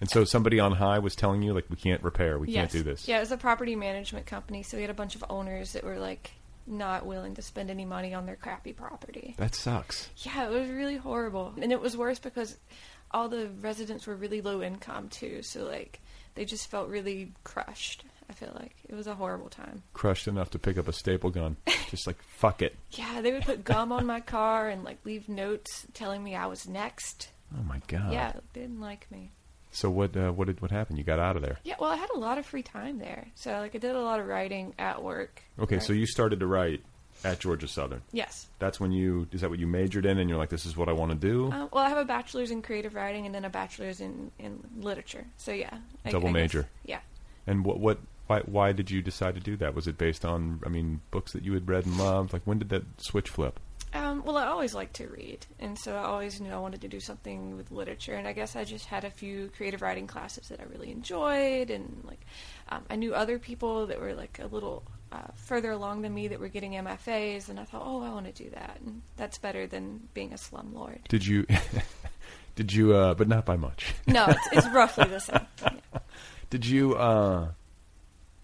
Speaker 2: And so somebody on high was telling you like we can't repair, we can't
Speaker 10: Yes.
Speaker 2: do this.
Speaker 10: Yeah, it was a property management company, so we had a bunch of owners that were like not willing to spend any money on their crappy property.
Speaker 2: That sucks.
Speaker 10: Yeah, it was really horrible. And it was worse because all the residents were really low income too, so like they just felt really crushed. I feel like it was a horrible time.
Speaker 2: Crushed enough to pick up a staple gun. Just like fuck it.
Speaker 10: Yeah, they would put gum on my car and like leave notes telling me I was next.
Speaker 2: Oh my god.
Speaker 10: Yeah, they didn't like me.
Speaker 2: So what uh, what did what happened? You got out of there.
Speaker 10: Yeah, well, I had a lot of free time there, so like I did a lot of writing at work.
Speaker 2: Okay,
Speaker 10: Right.
Speaker 2: so you started to write at Georgia Southern.
Speaker 10: Yes.
Speaker 2: That's when you is that what you majored in and you're like this is what I want to do?
Speaker 10: Uh, well, I have a bachelor's in creative writing and then a bachelor's in, in literature. So yeah, I-
Speaker 2: Double
Speaker 10: I guess-
Speaker 2: major.
Speaker 10: Yeah.
Speaker 2: And what what why why did you decide to do that? Was it based on I mean books that you had read and loved? Like when did that switch flip?
Speaker 10: Um, well, I always liked to read, and so I always knew I wanted to do something with literature. And I guess I just had a few creative writing classes that I really enjoyed, and like um, I knew other people that were like a little uh, further along than me that were getting MFAs, and I thought, oh, I want to do that, and that's better than being a slumlord.
Speaker 2: Did you did you uh but not by much.
Speaker 10: No, it's, it's roughly the same. Yeah.
Speaker 2: Did you uh,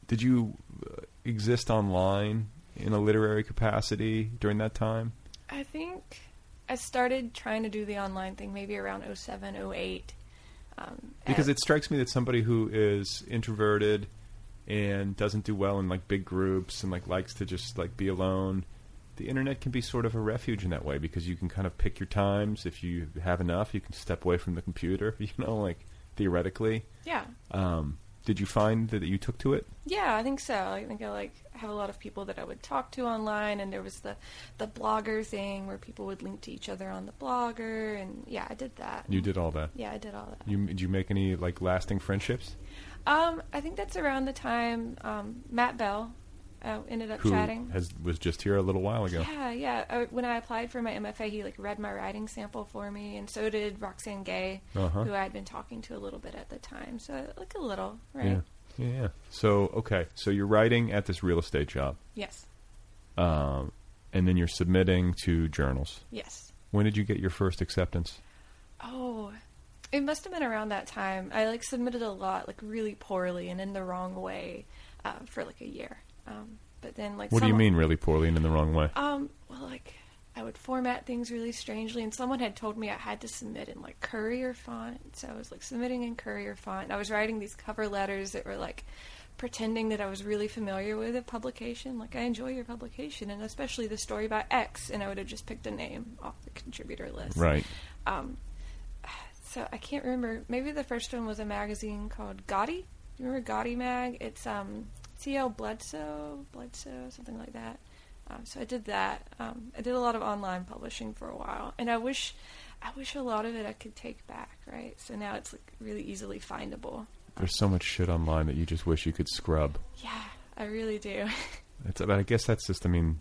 Speaker 2: did you uh, exist online in a literary capacity during that time?
Speaker 10: I think I started trying to do the online thing maybe around 07, 08. Um,
Speaker 2: Because it strikes me that somebody who is introverted and doesn't do well in like big groups and like likes to just like be alone, the internet can be sort of a refuge in that way because you can kind of pick your times. If you have enough, you can step away from the computer. You know, like theoretically.
Speaker 10: Yeah.
Speaker 2: Um, did you find that you took to it?
Speaker 10: Yeah, I think so. I think I like have a lot of people that I would talk to online, and there was the the blogger thing where people would link to each other on the blogger, and yeah, I did that.
Speaker 2: You did all that.
Speaker 10: Yeah, I did all that.
Speaker 2: You did you make any like lasting friendships?
Speaker 10: Um, I think that's around the time um, Matt Bell uh, ended up
Speaker 2: who
Speaker 10: chatting.
Speaker 2: has was just here a little while ago.
Speaker 10: Yeah, yeah. I, when I applied for my MFA, he like read my writing sample for me, and so did Roxanne Gay,
Speaker 2: Uh-huh.
Speaker 10: who I had been talking to a little bit at the time. So like a little, right?
Speaker 2: Yeah. Yeah, yeah. So okay, so you're writing at this real estate job,
Speaker 10: Yes.
Speaker 2: um, and then you're submitting to journals.
Speaker 10: Yes.
Speaker 2: When did you get your first acceptance?
Speaker 10: Oh, it must have been around that time. I like submitted a lot, like really poorly and in the wrong way, uh, for like a year. Um, but then like
Speaker 2: What do you
Speaker 10: some- Uh,
Speaker 2: mean, really poorly and in the wrong way?
Speaker 10: Um, well, like I would format things really strangely, and someone had told me I had to submit in like Courier font, so I was like submitting in Courier font. And I was writing these cover letters that were like pretending that I was really familiar with a publication. Like I enjoy your publication, and especially the story about X, and I would have just picked a name off the contributor list.
Speaker 1: Right.
Speaker 10: Um, so I can't remember. Maybe the first one was a magazine called Gotti. You remember Gotti Mag? It's um, CL Bledsoe, Bledsoe, something like that. Um, so I did that. Um, I did a lot of online publishing for a while, and I wish, I wish a lot of it I could take back. Right. So now it's like really easily findable.
Speaker 1: There's so much shit online that you just wish you could scrub.
Speaker 10: Yeah, I really do.
Speaker 1: It's, but I guess that's just. I mean,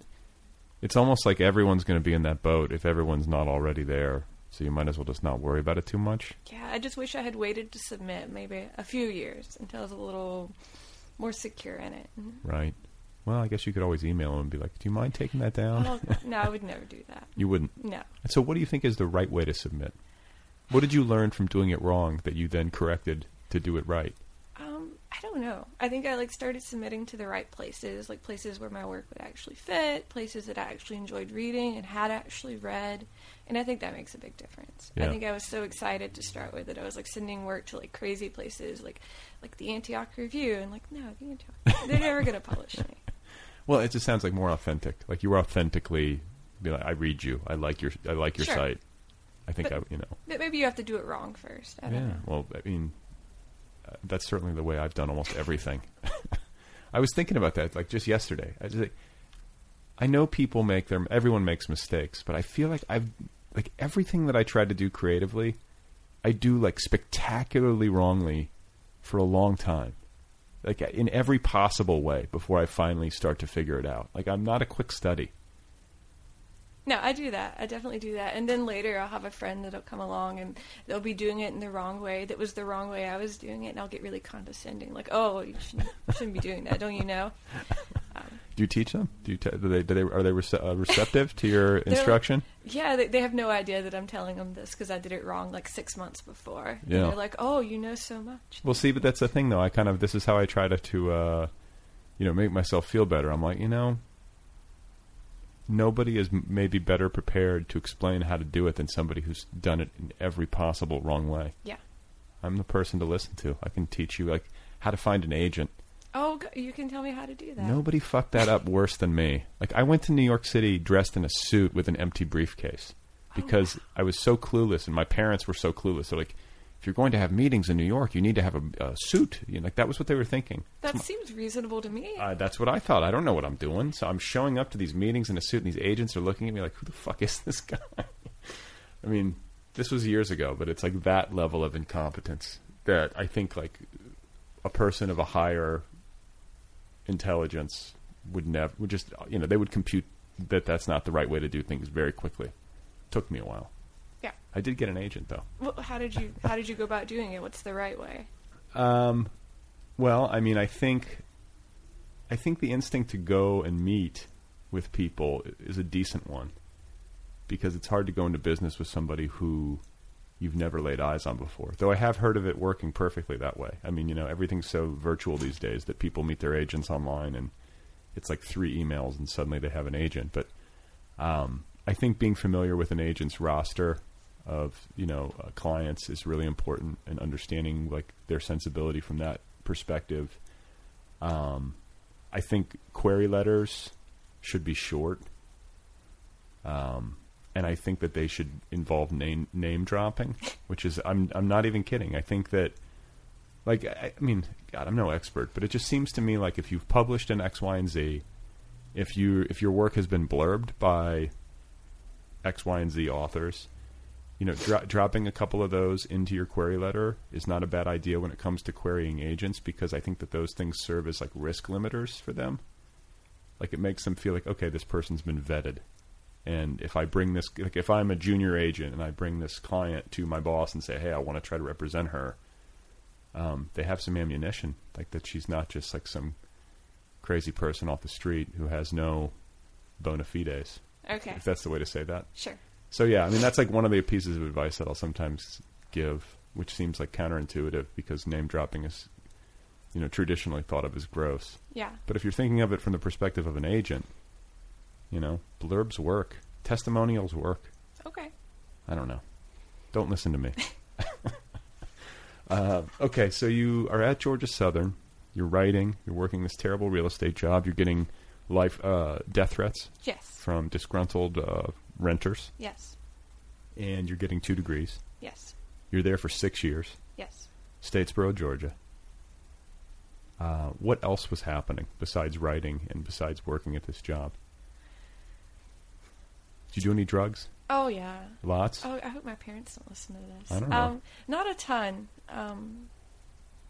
Speaker 1: it's almost like everyone's going to be in that boat if everyone's not already there. So you might as well just not worry about it too much.
Speaker 10: yeah, I just wish I had waited to submit maybe a few years until I was a little more secure in it.
Speaker 1: Right. Well, I guess you could always email them and be like, "Do you mind taking that down?"
Speaker 10: Oh, no, I would never do that.
Speaker 1: You wouldn't.
Speaker 10: No.
Speaker 1: And so, what do you think is the right way to submit? What did you learn from doing it wrong that you then corrected to do it right?
Speaker 10: Um, I don't know. I think I like started submitting to the right places, like places where my work would actually fit, places that I actually enjoyed reading and had actually read, and I think that makes a big difference. I
Speaker 2: Yeah.
Speaker 10: think I was so excited to start with that I was like sending work to like crazy places, like like the Antioch Review, and like no, the Antioch, they're never gonna publish me.
Speaker 1: Well, it just sounds like more authentic. Like you were authentically, be like, "I read you. I like your. I like your
Speaker 10: Sure.
Speaker 1: site. I think
Speaker 10: But-
Speaker 1: I, you know."
Speaker 10: But maybe you have to do it wrong first. I don't
Speaker 1: yeah.
Speaker 10: know.
Speaker 1: Well, I mean, uh, that's certainly the way I've done almost everything. I was thinking about that like just yesterday. I just like, I know people make their everyone makes mistakes, but I feel like I've like everything that I tried to do creatively, I do like spectacularly wrongly for a long time. Like in every possible way before I finally start to figure it out. Like I'm not a quick study.
Speaker 10: No, I do that. I definitely do that. And then later I'll have a friend that'll come along and they'll be doing it in the wrong way. That was the wrong way I was doing it. And I'll get really condescending. Like, oh, you shouldn't, you shouldn't be doing that. Don't you know?
Speaker 1: Do you teach them? Do you te- do they, do they are they rece- uh, receptive to your
Speaker 10: They're like-
Speaker 1: instruction?
Speaker 10: Yeah, they, they have no idea that I'm telling them this because I did it wrong like six months before. And
Speaker 1: Yeah.
Speaker 10: they're like, oh, you know so much.
Speaker 1: Well, see, but that's the thing, though. I kind of this is how I try to, to uh, you know, make myself feel better. I'm like, you know, nobody is m- maybe better prepared to explain how to do it than somebody who's done it in every possible wrong way.
Speaker 10: Yeah.
Speaker 1: I'm the person to listen to. I can teach you like how to find an agent.
Speaker 10: Oh, g- you can tell me how to do that.
Speaker 1: Nobody fucked that up worse than me. Like I went to New York City dressed in a suit with an empty briefcase because I was so clueless, and my parents were so clueless. They're like, if you're going to have meetings in New York, you need to have a, a suit. You know, like that was what they were thinking.
Speaker 10: That seems reasonable to me.
Speaker 1: Uh, that's what I thought. I don't know what I'm doing, so I'm showing up to these meetings in a suit, and these agents are looking at me like, "Who the fuck is this guy?" I mean, this was years ago, but it's like that level of incompetence that I think like a person of a higher intelligence would never would just you know they would compute that that's not the right way to do things very quickly. Took me a while.
Speaker 10: Yeah.
Speaker 1: I did get an agent though.
Speaker 10: Well, how did you how did you go about doing it? What's the right way?
Speaker 1: Um, well, I mean, I think, I think the instinct to go and meet with people is a decent one, because it's hard to go into business with somebody who you've never laid eyes on before. Though I have heard of it working perfectly that way. I mean, you know, everything's so virtual these days that people meet their agents online, and it's like three emails, and suddenly they have an agent. But um, I think being familiar with an agent's roster of you know uh, clients is really important, and understanding like their sensibility from that perspective. Um, I think query letters should be short, um, and I think that they should involve name name dropping, which is I'm I'm not even kidding. I think that like I, I mean, God, I'm no expert, but it just seems to me like if you've published an X, Y, and Z, if you if your work has been blurbed by X, Y, and Z authors, you know, dro- dropping a couple of those into your query letter is not a bad idea when it comes to querying agents because I think that those things serve as like risk limiters for them. Like it makes them feel like okay, this person's been vetted, and if I bring this, like if I'm a junior agent and I bring this client to my boss and say, hey, I want to try to represent her, um, they have some ammunition, like that she's not just like some crazy person off the street who has no bona fides.
Speaker 10: Okay.
Speaker 1: If that's the way to say that.
Speaker 10: Sure.
Speaker 1: So yeah, I mean that's like one of the pieces of advice that I'll sometimes give, which seems like counterintuitive because name dropping is, you know, traditionally thought of as gross.
Speaker 10: Yeah.
Speaker 1: But if you're thinking of it from the perspective of an agent, you know, blurbs work. Testimonials work.
Speaker 10: Okay.
Speaker 1: I don't know. Don't listen to me. uh, okay, so you are at Georgia Southern. You're writing. You're working this terrible real estate job. You're getting life uh, death threats.
Speaker 10: Yes.
Speaker 1: From disgruntled uh, renters.
Speaker 10: Yes.
Speaker 1: And you're getting two degrees.
Speaker 10: Yes.
Speaker 1: You're there for six years.
Speaker 10: Yes.
Speaker 1: Statesboro, Georgia. Uh, what else was happening besides writing and besides working at this job? Did you do any drugs?
Speaker 10: Oh yeah.
Speaker 1: Lots.
Speaker 10: Oh, I hope my parents don't listen to this.
Speaker 1: I don't know.
Speaker 10: Um, not a ton. Um,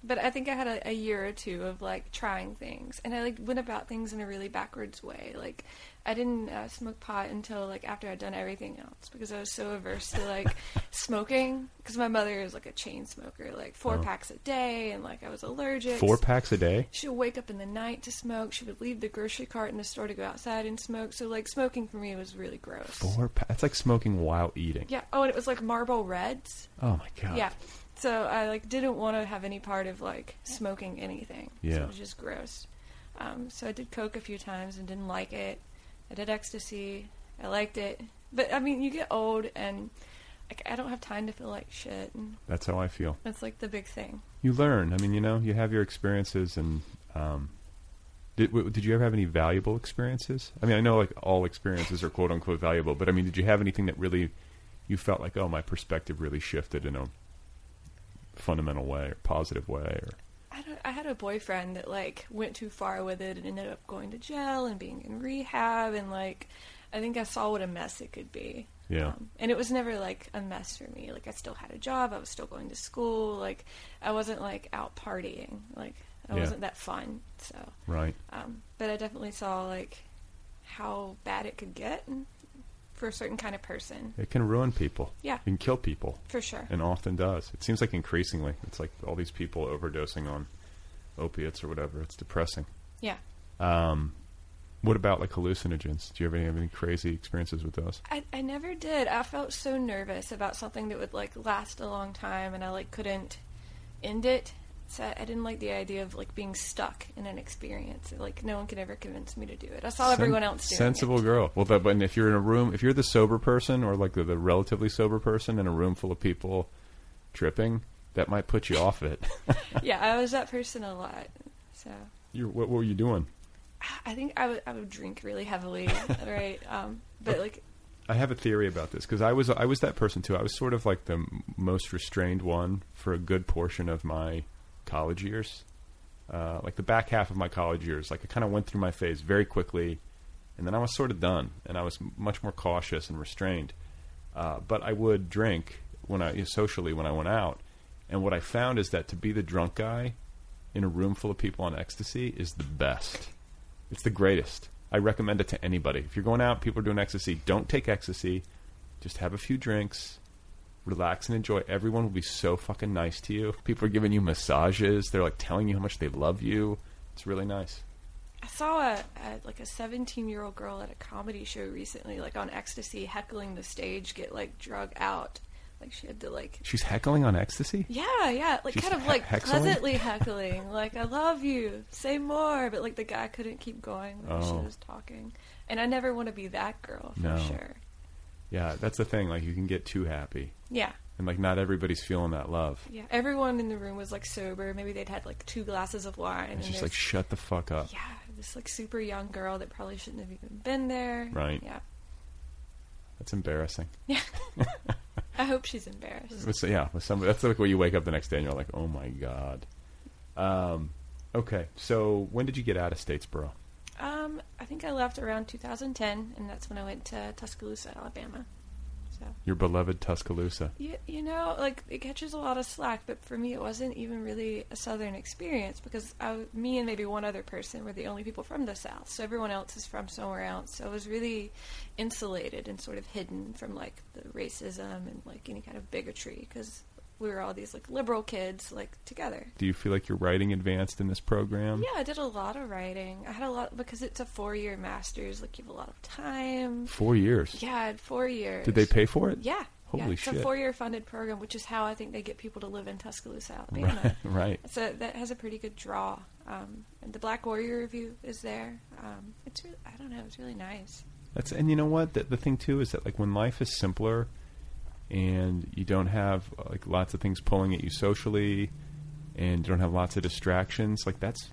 Speaker 10: but I think I had a, a year or two of like trying things, and I like went about things in a really backwards way. Like, I didn't uh, smoke pot until like after I'd done everything else because I was so averse to like smoking because my mother is like a chain smoker, like four
Speaker 1: Oh.
Speaker 10: packs a day, and like I was allergic.
Speaker 1: Four packs a day.
Speaker 10: She would wake up in the night to smoke. She would leave the grocery cart in the store to go outside and smoke. So like smoking for me was really gross.
Speaker 1: Four. Pa- that's like smoking while eating.
Speaker 10: Yeah. Oh, and it was like marble reds.
Speaker 1: Oh my god.
Speaker 10: Yeah. So I like didn't want to have any part of like smoking anything. So
Speaker 1: Yeah.
Speaker 10: it was just gross. Um, so I did coke a few times and didn't like it. I did ecstasy. I liked it, but I mean, you get old and like I don't have time to feel like shit. And
Speaker 1: That's how I feel.
Speaker 10: that's like the big thing.
Speaker 1: You learn. I mean, you know, you have your experiences, and um, did w- did you ever have any valuable experiences? I mean, I know like all experiences are quote unquote valuable, but I mean, did you have anything that really you felt like, oh, my perspective really shifted in a fundamental way or positive way, or
Speaker 10: I don't, I had a boyfriend that like went too far with it and ended up going to jail and being in rehab and like I think I saw what a mess it could be.
Speaker 1: yeah,
Speaker 10: and it was never like a mess for me. Like I still had a job, I was still going to school. Like I wasn't like out partying. Like I
Speaker 1: Yeah.
Speaker 10: wasn't that fun. So
Speaker 1: right?
Speaker 10: um, but I definitely saw like how bad it could get for a certain kind of person.
Speaker 1: It can ruin people.
Speaker 10: Yeah.
Speaker 1: It can kill people.
Speaker 10: For sure.
Speaker 1: And often does. It seems like increasingly, it's like all these people overdosing on opiates or whatever. It's depressing.
Speaker 10: Yeah.
Speaker 1: Um, what about like hallucinogens? Do you ever have any crazy experiences with those?
Speaker 10: I, I never did. I felt so nervous about something that would like last a long time, and I like couldn't end it. So I I didn't like the idea of like being stuck in an experience. Like no one could ever convince me to do it. I saw
Speaker 1: Sen-
Speaker 10: Oh, everyone else doing
Speaker 1: sensible girl. Well, that, but if you're in a room, if you're the sober person or like the, the relatively sober person in a room full of people tripping, that might put you off it.
Speaker 10: it. yeah, I was that person a lot. So
Speaker 1: you what, what were you doing?
Speaker 10: I think I would I would drink really heavily, right? Um, but like
Speaker 1: I have a theory about this because I was I was that person too. I was sort of like the m- most restrained one for a good portion of my college years. Uh, like the back half of my college years, like I kind of went through my phase very quickly, and then I was sort of done, and I was m- much more cautious and restrained. Uh, but I would drink when I socially when I went out, and what I found is that to be the drunk guy in a room full of people on ecstasy is the best. It's the greatest. I recommend it to anybody. If you're going out, people are doing ecstasy, don't take ecstasy. Just have a few drinks, relax and enjoy. Everyone will be so fucking nice to you. People are giving you massages. They're like telling you how much they love you. It's really nice.
Speaker 10: I saw a, a like a 17 year old girl at a comedy show recently, like on ecstasy, heckling the stage, get like drug out. Like she had to like
Speaker 1: She's heckling on ecstasy?
Speaker 10: Yeah, yeah. Like
Speaker 1: She's
Speaker 10: kind of
Speaker 1: he-
Speaker 10: like
Speaker 1: hexing?
Speaker 10: pleasantly heckling. Like I love you, say more. But like the guy couldn't keep going when she
Speaker 1: Oh.
Speaker 10: was talking. And I never want to be that girl for
Speaker 1: No.
Speaker 10: sure.
Speaker 1: Yeah, that's the thing. Like you can get too happy.
Speaker 10: Yeah.
Speaker 1: And like not everybody's feeling that love.
Speaker 10: Yeah. Everyone in the room was like sober. Maybe they'd had like two glasses of wine.
Speaker 1: It's just
Speaker 10: there's-
Speaker 1: like shut the fuck up.
Speaker 10: yeah, this like super young girl that probably shouldn't have even been there.
Speaker 1: Right.
Speaker 10: Yeah.
Speaker 1: That's embarrassing.
Speaker 10: Yeah. I hope she's embarrassed.
Speaker 1: With- yeah, with somebody. That's like where you wake up the next day and you're like, oh my god. Um, okay, so when did you get out of Statesboro?
Speaker 10: Um, I think I left around 2010, and that's when I went to Tuscaloosa, Alabama. So
Speaker 1: Your beloved Tuscaloosa.
Speaker 10: you, you know, like it catches a lot of slack, but for me, it wasn't even really a Southern experience because I, w- me and maybe one other person were the only people from the South. So everyone else is from somewhere else. So I was really insulated and sort of hidden from like the racism and like any kind of bigotry because we were all these like liberal kids like together.
Speaker 1: Do you feel like your writing advanced in this program?
Speaker 10: Yeah, I did a lot of writing. I had a lot because it's a four-year master's. Like you have a lot of time.
Speaker 1: Four years?
Speaker 10: Yeah, I had four years.
Speaker 1: Did they pay for it?
Speaker 10: Yeah. yeah.
Speaker 1: Holy
Speaker 10: it's
Speaker 1: shit.
Speaker 10: a four-year funded program, which is how I think they get people to live in Tuscaloosa, Alabama.
Speaker 1: Right, right.
Speaker 10: So that has a pretty good draw. Um, and the Black Warrior Review is there. Um, it's really, I don't know, it's really nice.
Speaker 2: That's and you know what the, the thing too is that like when life is simpler and you don't have uh, like lots of things pulling at you socially and you don't have lots of distractions like that's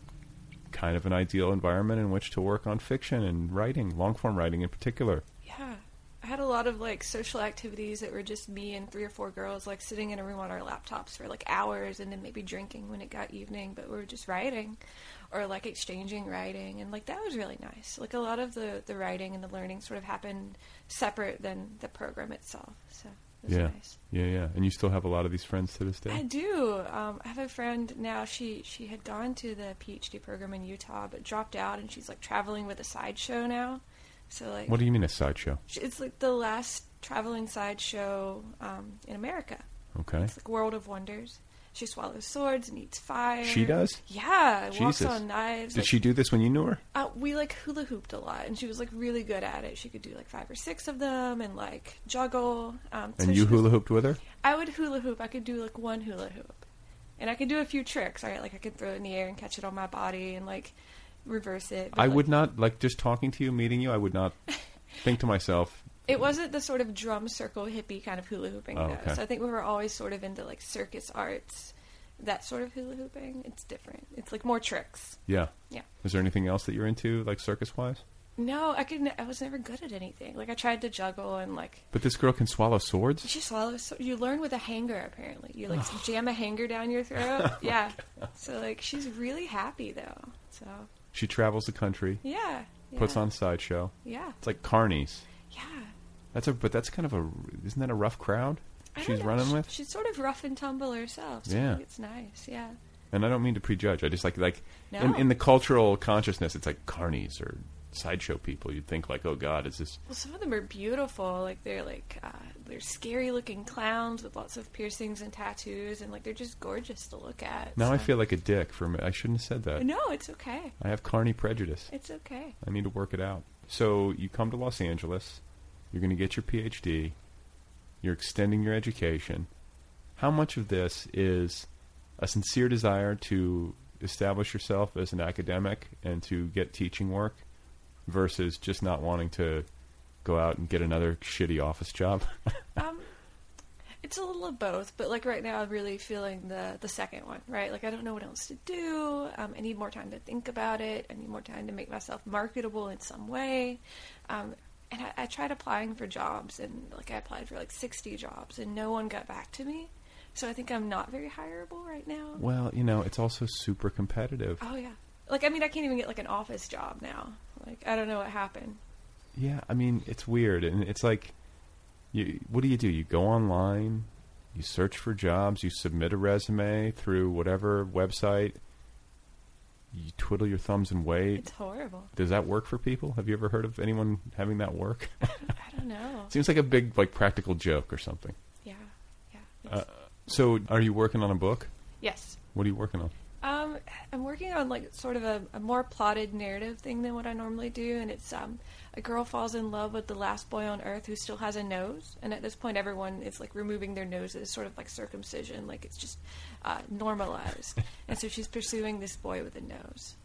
Speaker 2: kind of an ideal environment in which to work on fiction and writing long form writing in particular
Speaker 10: Yeah. I had a lot of like social activities that were just me and three or four girls like sitting in a room on our laptops for like hours and then maybe drinking when it got evening, but we were just writing or like exchanging writing and like that was really nice. Like a lot of the the writing and the learning sort of happened separate than the program itself. So it was
Speaker 2: yeah
Speaker 10: nice.
Speaker 2: yeah yeah and you still have a lot of these friends to this day
Speaker 10: I do. Um, I have a friend now. She she had gone to the PhD program in Utah, but dropped out, and she's like traveling with a sideshow now. So like,
Speaker 2: what do you mean a sideshow
Speaker 10: She- It's like the last traveling sideshow um, in America.
Speaker 2: Okay.
Speaker 10: It's like World of Wonders. She swallows swords and eats fire.
Speaker 2: She does?
Speaker 10: Yeah, walks
Speaker 2: Jesus
Speaker 10: on knives.
Speaker 2: did
Speaker 10: like-
Speaker 2: she do this when you knew her
Speaker 10: uh, we like hula hooped a lot, and she was like really good at it. She could do like five or six of them, and like juggle. Um, so
Speaker 2: and you
Speaker 10: she was-
Speaker 2: hula hooped with her
Speaker 10: I would hula hoop. I could do like one hula hoop, and I could do a few tricks. All right, like I could throw it in the air and catch it on my body and like reverse it. but,
Speaker 2: I
Speaker 10: like,
Speaker 2: would not like just talking to you, meeting you. I would not think to myself.
Speaker 10: It wasn't the sort of drum circle hippie kind of hula hooping
Speaker 2: Oh,
Speaker 10: though.
Speaker 2: okay.
Speaker 10: So I think we were always sort of into like circus arts, that sort of hula hooping. It's different. It's like more tricks.
Speaker 2: Yeah.
Speaker 10: Yeah.
Speaker 2: Is there anything else that you're into, like circus wise?
Speaker 10: No, I could. n- I was never good at anything. Like I tried to juggle and like
Speaker 2: But this girl can swallow swords.
Speaker 10: She swallows. So you learn with a hanger, apparently. You like
Speaker 2: Oh.
Speaker 10: jam a hanger down your throat. Yeah. so like, she's really happy though. So
Speaker 2: She travels the country.
Speaker 10: yeah. yeah.
Speaker 2: Puts on a sideshow.
Speaker 10: Yeah.
Speaker 2: It's like carnies.
Speaker 10: Yeah.
Speaker 2: That's a but that's kind of a isn't that a rough crowd
Speaker 10: I don't
Speaker 2: she's
Speaker 10: know,
Speaker 2: running
Speaker 10: she-
Speaker 2: with?
Speaker 10: She's sort of rough and tumble herself. So
Speaker 2: Yeah.
Speaker 10: yeah. It's nice. Yeah.
Speaker 2: And I don't mean to prejudge. I just like like in,
Speaker 10: No.
Speaker 2: in the cultural consciousness, it's like carnies or sideshow people. You'd think like, oh God, is this?
Speaker 10: Well, some of them are beautiful. Like they're like uh, they're scary looking clowns with lots of piercings and tattoos, and like they're just gorgeous to look at.
Speaker 2: Now I
Speaker 10: so-
Speaker 2: feel like a dick for a mi- I shouldn't have said that.
Speaker 10: No, it's okay.
Speaker 2: I have carny prejudice.
Speaker 10: It's okay.
Speaker 2: I need to work it out. So you come to Los Angeles, you're going to get your PhD, you're extending your education. How much of this is a sincere desire to establish yourself as an academic and to get teaching work versus just not wanting to go out and get another shitty office job?
Speaker 10: It's a little of both, but like right now, I'm really feeling the the second one. Right, like I don't know what else to do. Um, I need more time to think about it. I need more time to make myself marketable in some way. Um, and I, I tried applying for jobs, and like I applied for like 60 jobs, and no one got back to me. So I think I'm not very hireable right now.
Speaker 2: well, you know, it's also super competitive.
Speaker 10: Oh yeah, like I mean, I can't even get like an office job now. Like I don't know what happened.
Speaker 2: Yeah, I mean, it's weird, and it's like, you, what do you do? You go online, you search for jobs, you submit a resume through whatever website, you twiddle your thumbs and wait.
Speaker 10: It's horrible.
Speaker 2: Does that work for people? Have you ever heard of anyone having that work?
Speaker 10: I don't know.
Speaker 2: Seems like a big, like, practical joke or something.
Speaker 10: Yeah.
Speaker 2: Uh, so, are you working on a book?
Speaker 10: Yes.
Speaker 2: What are you working on?
Speaker 10: Um, I'm working on like sort of a, a more plotted narrative thing than what I normally do, and it's um, a girl falls in love with the last boy on Earth who still has a nose, and at this point, everyone is like removing their noses, sort of like circumcision, like it's just uh, normalized, and so she's pursuing this boy with a nose.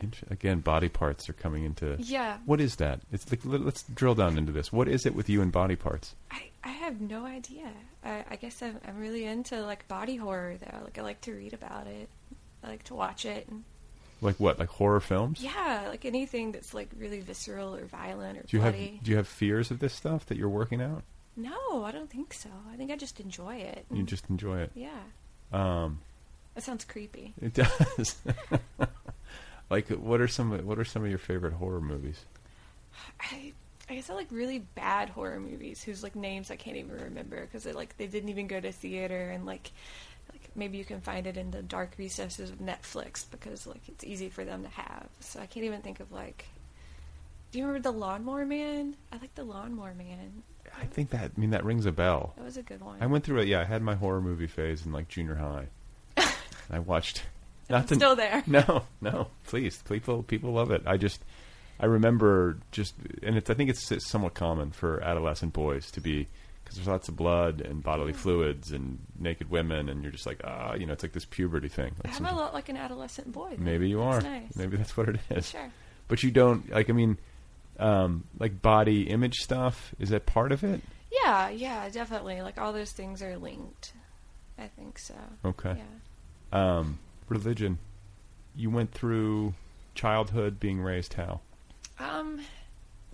Speaker 2: Int- Again, body parts are coming into.
Speaker 10: Yeah.
Speaker 2: What is that? It's like let- let's drill down into this. What is it with you and body parts?
Speaker 10: I have no idea. I, I guess I'm, I'm really into like body horror though. Like I like to read about it, I like to watch it, and
Speaker 2: Like what? Like horror films?
Speaker 10: yeah, like anything that's like really visceral or violent or
Speaker 2: Do you have
Speaker 10: bloody.
Speaker 2: do you have fears of this stuff that you're working out?
Speaker 10: No, I don't think so. I think I just enjoy it.
Speaker 2: You just enjoy it.
Speaker 10: Yeah.
Speaker 2: Mm. Um,
Speaker 10: That sounds creepy.
Speaker 2: it does. like, what are some what are some of your favorite horror movies?
Speaker 10: I, I guess I like really bad horror movies whose like names I can't even remember because like they didn't even go to theater and like like maybe you can find it in the dark recesses of Netflix because like it's easy for them to have. So I can't even think of like. Do you remember the Lawnmower Man? I like the Lawnmower Man.
Speaker 2: I think that I mean that rings a bell.
Speaker 10: That was a good one.
Speaker 2: I went through it. Yeah, I had my horror movie phase in like junior high. And I watched. Not
Speaker 10: It's
Speaker 2: to-
Speaker 10: still there.
Speaker 2: No, no. Please, people people love it. I just I remember just and it's I think it's somewhat common for adolescent boys to be because there's lots of blood and bodily fluids and naked women and you're just like ah you know it's like this puberty thing. Like
Speaker 10: I'm
Speaker 2: sometimes-
Speaker 10: a lot like an adolescent boy. then.
Speaker 2: Maybe you are.
Speaker 10: That's nice.
Speaker 2: Maybe that's what it is.
Speaker 10: Sure.
Speaker 2: But you don't like. I mean, um, like body image stuff? Is that part of it?
Speaker 10: Yeah, yeah, definitely. Like all those things are linked. I think so.
Speaker 2: Okay.
Speaker 10: Yeah.
Speaker 2: Um, religion. You went through childhood being raised how?
Speaker 10: Um,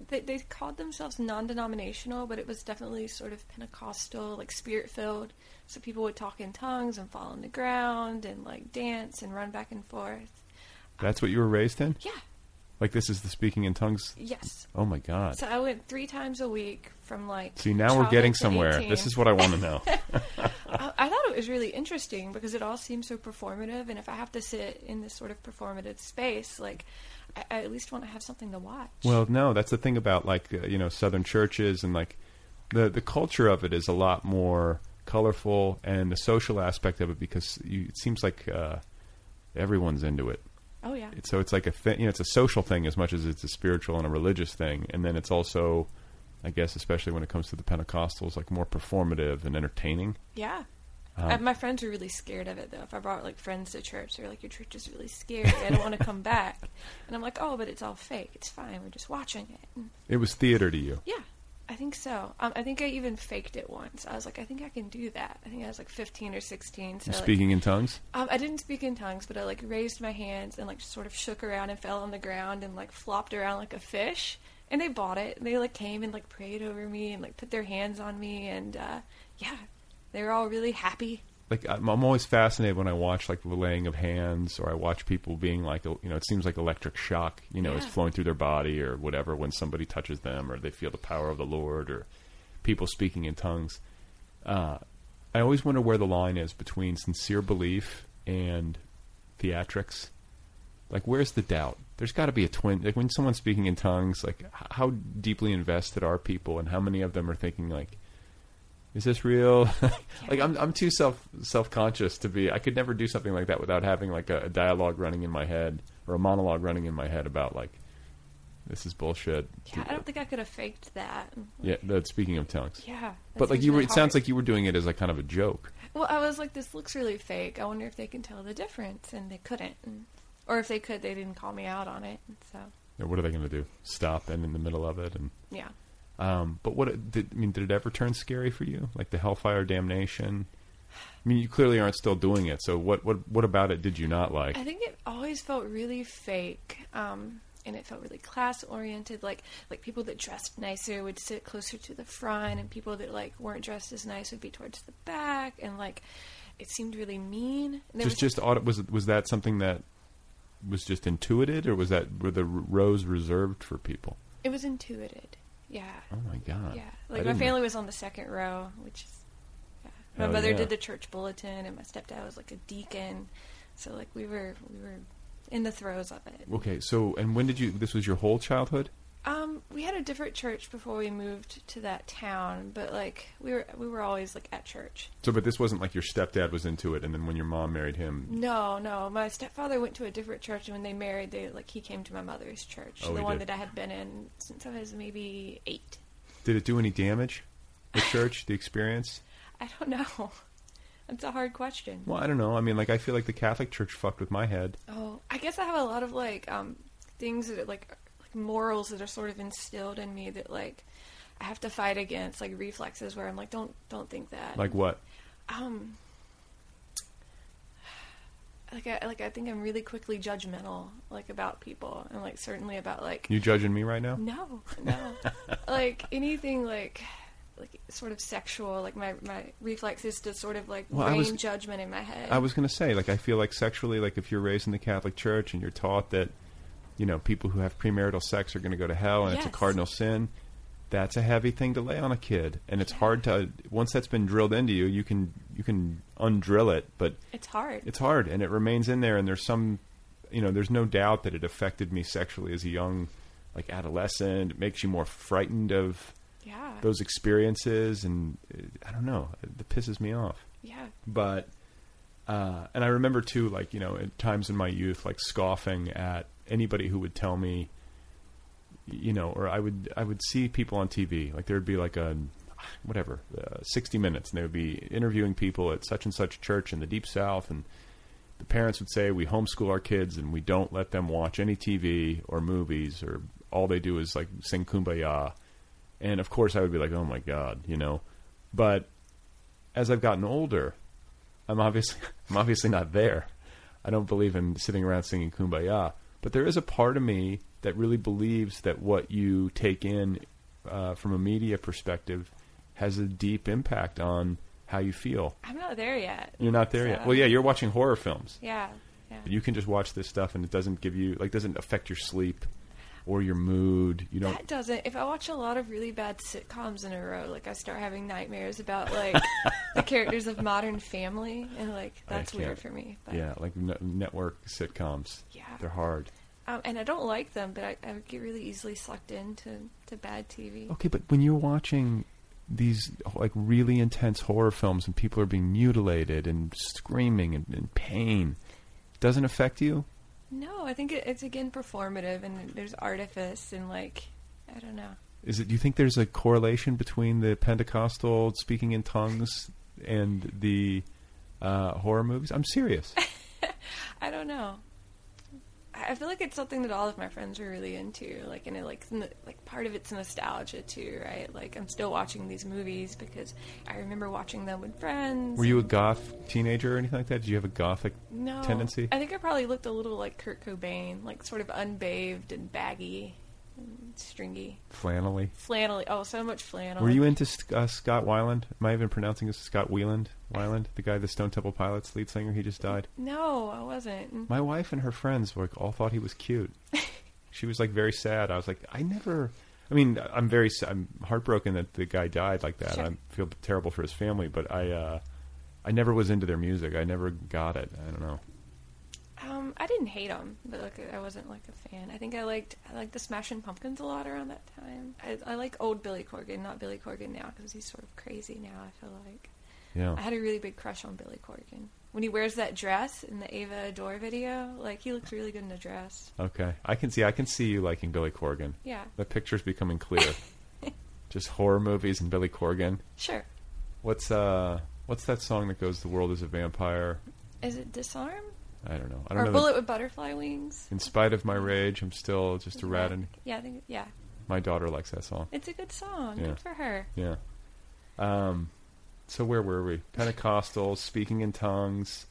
Speaker 10: they, they called themselves non-denominational, but it was definitely sort of Pentecostal, like spirit-filled. So people would talk in tongues and fall on the ground and like dance and run back and forth.
Speaker 2: That's what you were raised in?
Speaker 10: Yeah.
Speaker 2: Like this is the speaking in tongues?
Speaker 10: Yes.
Speaker 2: Oh my god.
Speaker 10: So I went three times a week from like.
Speaker 2: See, now we're getting
Speaker 10: childhood to
Speaker 2: somewhere.
Speaker 10: 18.
Speaker 2: This is what I want to know.
Speaker 10: I, I thought it was really interesting because it all seems so performative, and if I have to sit in this sort of performative space, like I, I at least want to have something to watch.
Speaker 2: Well, no, that's the thing about like uh, you know Southern churches and like the the culture of it is a lot more colorful, and the social aspect of it because you, it seems like uh, everyone's into it.
Speaker 10: Oh, yeah.
Speaker 2: It- So it's like a thi- you know it's a social thing as much as it's a spiritual and a religious thing, and then it's also, I guess, especially when it comes to the Pentecostals, like more performative and entertaining.
Speaker 10: Yeah.
Speaker 2: Um,
Speaker 10: Uh, my friends were really scared of it though. If I brought like friends to church, they were like, "Your church is really scary. I don't want to come back." And I'm like, "Oh, but it's all fake. It's fine. We're just watching it." And
Speaker 2: It was theater to you.
Speaker 10: yeah, I think so. Um, I think I even faked it once. I was like, "I think I can do that." I think I was like 15 or 16. So
Speaker 2: You
Speaker 10: like,
Speaker 2: speaking in tongues?
Speaker 10: Um, I didn't speak in tongues, but I like raised my hands and like sort of shook around and fell on the ground and like flopped around like a fish. And they bought it. And they like came and like prayed over me and like put their hands on me and uh, yeah, they were all really happy.
Speaker 2: like I'm, I'm always fascinated when I watch like the laying of hands or I watch people being like you know it seems like electric shock you know is
Speaker 10: Yeah.
Speaker 2: flowing through their body or whatever when somebody touches them or they feel the power of the Lord or people speaking in tongues. Uh, I always wonder where the line is between sincere belief and theatrics. Like where's the doubt? There's got to be a twin. Like when someone's speaking in tongues, like h- how deeply invested are people and how many of them are thinking like is this real? like I'm I'm too self self conscious to be. I could never do something like that without having like a, a dialogue running in my head or a monologue running in my head about like this is bullshit.
Speaker 10: Yeah, I don't think I could have faked that.
Speaker 2: Yeah, that, speaking of tongues.
Speaker 10: Yeah, that
Speaker 2: but like
Speaker 10: seems
Speaker 2: you were,
Speaker 10: really
Speaker 2: it sounds
Speaker 10: hard.
Speaker 2: like you were doing it as like kind of a joke.
Speaker 10: Well, I was like, this looks really fake. I wonder if they can tell the difference, and they couldn't. And, or if they could, they didn't call me out on it. And so,
Speaker 2: Yeah, What are they going to do? Stop and in the middle of it and
Speaker 10: yeah.
Speaker 2: Um, but what did, I mean? Did it ever turn scary for you? Like the hellfire damnation? I mean, you clearly aren't still doing it. So what what what about it did you not like?
Speaker 10: I think it always felt really fake, um, and it felt really class oriented. Like like people that dressed nicer would sit closer to the front, and people that like weren't dressed as nice would be towards the back, and like it seemed really mean. And there
Speaker 2: just just audit was it was that something that was just intuited or was that were the r- rows reserved for people
Speaker 10: it was intuited. Yeah.
Speaker 2: oh my god
Speaker 10: Yeah,
Speaker 2: I
Speaker 10: like my
Speaker 2: didn't-
Speaker 10: family was on the second row, which is yeah. my
Speaker 2: Hell
Speaker 10: mother
Speaker 2: yeah.
Speaker 10: did the church bulletin, and my stepdad was like a deacon, so like we were we were in the throes of it.
Speaker 2: okay so and when did you this was your whole childhood
Speaker 10: Um, we had a different church before we moved to that town, but like we were we were always like at church.
Speaker 2: so but this wasn't like your stepdad was into it and then when your mom married him
Speaker 10: No, no, my stepfather went to a different church, and when they married, they like he came to my mother's church,
Speaker 2: Oh,
Speaker 10: the
Speaker 2: he
Speaker 10: one
Speaker 2: did.
Speaker 10: that I had been in since I was maybe eight.
Speaker 2: did it do any damage the church the experience
Speaker 10: I don't know. That's a hard question.
Speaker 2: well i don't know i mean like i feel like the catholic church fucked with my head
Speaker 10: Oh, I guess I have a lot of like um things that like like morals that are sort of instilled in me that like I have to fight against like reflexes where I'm like don't don't think that.
Speaker 2: like what
Speaker 10: Um like I like I think I'm really quickly judgmental like about people and like certainly about like
Speaker 2: you judging me right now
Speaker 10: no, no. like anything like like sort of sexual like my my reflexes to sort of like
Speaker 2: Well, I
Speaker 10: brain
Speaker 2: was-
Speaker 10: judgment in my head.
Speaker 2: I was going to say, like, I feel like sexually, like, if you're raised in the Catholic Church and you're taught that, you know, people who have premarital sex are going to go to hell and it's
Speaker 10: Yes.
Speaker 2: a cardinal sin, that's a heavy thing to lay on a kid, and it's hard to once that's been drilled into you, you can you can undrill it, but
Speaker 10: It's hard.
Speaker 2: It's hard, and it remains in there, and there's some, you know, there's no doubt that it affected me sexually as a young, like adolescent. It makes you more frightened of.
Speaker 10: Yeah.
Speaker 2: Those experiences, and uh, I don't know, it, it pisses me off
Speaker 10: Yeah.
Speaker 2: but uh, and I remember too, like you know, at times in my youth, like scoffing at anybody who would tell me, you know, or I would I would see people on TV, like there would be like a whatever uh, sixty minutes, and they would be interviewing people at such and such church in the deep south, and the parents would say we homeschool our kids and we don't let them watch any TV or movies or all they do is like sing kumbaya and of course i would be like oh my god you know but as i've gotten older i'm obviously i'm obviously not there i don't believe in sitting around singing kumbaya but there is a part of me that really believes that what you take in uh, from a media perspective has a deep impact on how you feel
Speaker 10: I'm not there yet.
Speaker 2: you're not there yet
Speaker 10: So-
Speaker 2: well yeah you're watching horror films
Speaker 10: Yeah. Yeah.
Speaker 2: you can just watch this stuff and it doesn't give you like doesn't affect your sleep or your mood you don't
Speaker 10: That doesn't. If I watch a lot of really bad sitcoms in a row, like I start having nightmares about like the characters of Modern Family, and like
Speaker 2: I
Speaker 10: that's weird
Speaker 2: can't-
Speaker 10: for me. But,
Speaker 2: Yeah, like n- network sitcoms.
Speaker 10: Yeah.
Speaker 2: they're hard.
Speaker 10: um, and I don't like them, but I, I get really easily sucked into to bad TV.
Speaker 2: Okay, but when you're watching these like really intense horror films and people are being mutilated and screaming and, and pain, doesn't affect you.
Speaker 10: No, I think it, it's again performative, and there's artifice, and like I don't know.
Speaker 2: Is it? Do you think there's a correlation between the Pentecostal speaking in tongues and the uh, horror movies? I'm serious.
Speaker 10: I don't know. I I feel like it's something that all of my friends are really into, like, and it, like, n- like part of it's nostalgia too, right? Like, I'm still watching these movies because I remember watching them with friends.
Speaker 2: Were you a goth teenager or anything like that? Did you have a gothic
Speaker 10: no
Speaker 2: tendency?
Speaker 10: I think I probably looked a little like Kurt Cobain, like sort of unbathed and baggy, and stringy,
Speaker 2: Flannelly.
Speaker 10: flannelly. Oh, so much flannel.
Speaker 2: Were you into Sc- uh, Scott Weiland? Am I even pronouncing this Scott Weiland? Weiland, the guy, the Stone Temple Pilots lead singer, he just died.
Speaker 10: No, I wasn't.
Speaker 2: My wife and her friends were, all thought he was cute. she was like very sad. I was like, I never. I mean, I'm very, s- I'm heartbroken that the guy died like that.
Speaker 10: Sure.
Speaker 2: I feel terrible for his family, but I, uh, I never was into their music. I never got it. I don't know.
Speaker 10: Um, I didn't hate them, but like I wasn't like a fan. I think I liked I liked the Smashing Pumpkins a lot around that time. I, I like old Billy Corgan, not Billy Corgan now because he's sort of crazy now. I feel like.
Speaker 2: Yeah.
Speaker 10: I had a really big crush on Billy Corgan when he wears that dress in the Ava Adore video. Like he looks really good in a dress.
Speaker 2: Okay, I can see, I can see you liking Billy Corgan.
Speaker 10: Yeah.
Speaker 2: the picture's becoming clear. Just horror movies and Billy Corgan.
Speaker 10: Sure.
Speaker 2: What's uh what's that song that goes the world is a vampire?
Speaker 10: Is it Disarm
Speaker 2: I don't know. I don't
Speaker 10: or
Speaker 2: know.
Speaker 10: Bullet
Speaker 2: the-
Speaker 10: with Butterfly Wings?
Speaker 2: in spite of my rage, I'm still just a rat and
Speaker 10: Yeah, I think yeah,
Speaker 2: my daughter likes that song.
Speaker 10: it's a good song.
Speaker 2: Yeah.
Speaker 10: Good for her.
Speaker 2: Yeah. Um so where were we? Pentecostals, speaking in tongues.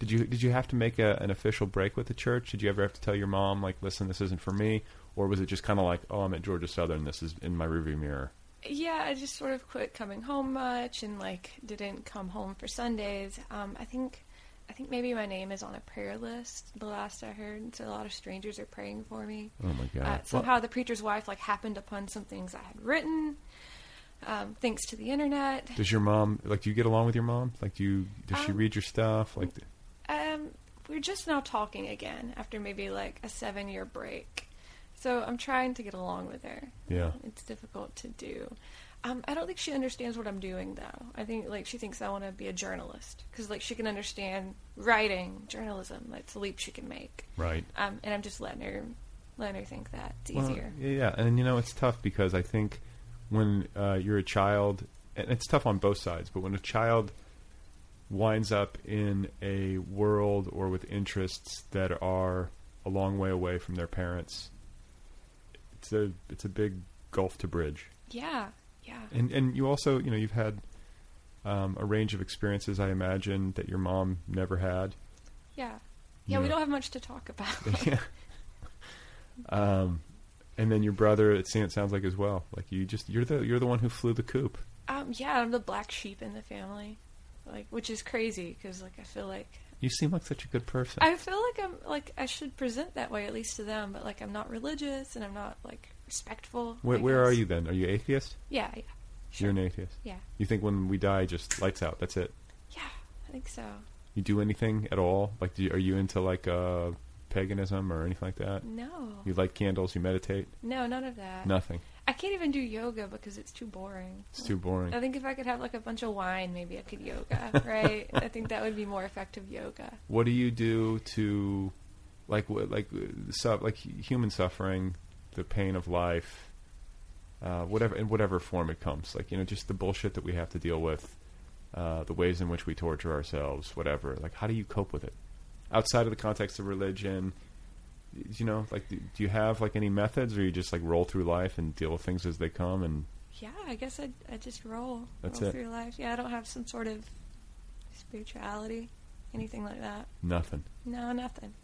Speaker 2: Did you did you have to make a, an official break with the church? Did you ever have to tell your mom like, "Listen, this isn't for me?" Or was it just kind of like, "Oh, I'm at Georgia Southern. This is in my rearview mirror."
Speaker 10: Yeah, I just sort of quit coming home much and like didn't come home for Sundays. Um, I think I think maybe my name is on a prayer list. The last I heard, so a lot of strangers are praying for me.
Speaker 2: Oh my God.
Speaker 10: Uh,
Speaker 2: Well-
Speaker 10: somehow the preacher's wife like happened upon some things I had written, um, thanks to the internet.
Speaker 2: Does your mom like do you get along with your mom? Like do you does she
Speaker 10: Um,
Speaker 2: read your stuff? Like
Speaker 10: Um, we're just now talking again after maybe like a seven year break. So I'm trying to get along with her.
Speaker 2: Yeah.
Speaker 10: It's difficult to do. Um, I don't think she understands what I'm doing though. I think like she thinks I want to be a journalist because like she can understand writing, journalism. That's a leap she can make.
Speaker 2: Right.
Speaker 10: Um, and I'm just letting her, letting her think that it's
Speaker 2: Well,
Speaker 10: easier.
Speaker 2: Uh, yeah, and you know it's tough because I think when uh, you're a child, and it's tough on both sides. But when a child winds up in a world or with interests that are a long way away from their parents, it's a it's a big gulf to bridge.
Speaker 10: Yeah. Yeah.
Speaker 2: And and you also you know you've had um, a range of experiences I imagine that your mom never had.
Speaker 10: Yeah. Yeah. We
Speaker 2: Yeah.
Speaker 10: don't have much to talk about.
Speaker 2: yeah. Um, and then your brother, it sounds sounds like as well. Like you just you're the you're the one who flew the coop.
Speaker 10: um, yeah. I'm the black sheep in the family, like which is crazy because like I feel like
Speaker 2: You seem like such a good person.
Speaker 10: I feel like I'm like I should present that way at least to them, but like I'm not religious and I'm not like respectful.
Speaker 2: where
Speaker 10: I
Speaker 2: where are
Speaker 10: guess.
Speaker 2: you then? Are you atheist?
Speaker 10: Yeah, yeah,
Speaker 2: You're an atheist.
Speaker 10: Yeah.
Speaker 2: You think when we die, just lights out. That's it.
Speaker 10: I think so.
Speaker 2: You do anything at all? Like, do you, are you into like uh, paganism or anything like that?
Speaker 10: No.
Speaker 2: You light candles. You meditate.
Speaker 10: No, none of that.
Speaker 2: Nothing.
Speaker 10: I can't even do yoga because it's too boring.
Speaker 2: It's too boring.
Speaker 10: I think if I could have like a bunch of wine, maybe I could yoga, right? I think that would be more effective yoga.
Speaker 2: What do you do to, like, wh- like, uh, su- like human suffering, the pain of life, uh, whatever in whatever form it comes, like you know, just the bullshit that we have to deal with, uh, the ways in which we torture ourselves, whatever. Like, how do you cope with it outside of the context of religion? you know, like, do do you have like any methods, or you just like roll through life and deal with things as they come? And
Speaker 10: Yeah, I guess I I just roll
Speaker 2: That's
Speaker 10: roll
Speaker 2: it.
Speaker 10: through life. Yeah, I don't have some sort of spirituality, anything like that.
Speaker 2: nothing.
Speaker 10: No, nothing.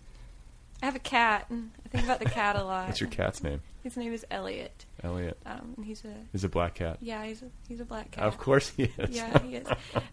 Speaker 10: I have a cat, and I think about the cat a lot.
Speaker 2: What's your cat's name?
Speaker 10: His name is Elliot.
Speaker 2: Elliot.
Speaker 10: Um, and he's a
Speaker 2: Is a black cat.
Speaker 10: yeah, he's a, he's a black cat.
Speaker 2: Of course he is.
Speaker 10: Yeah, he is.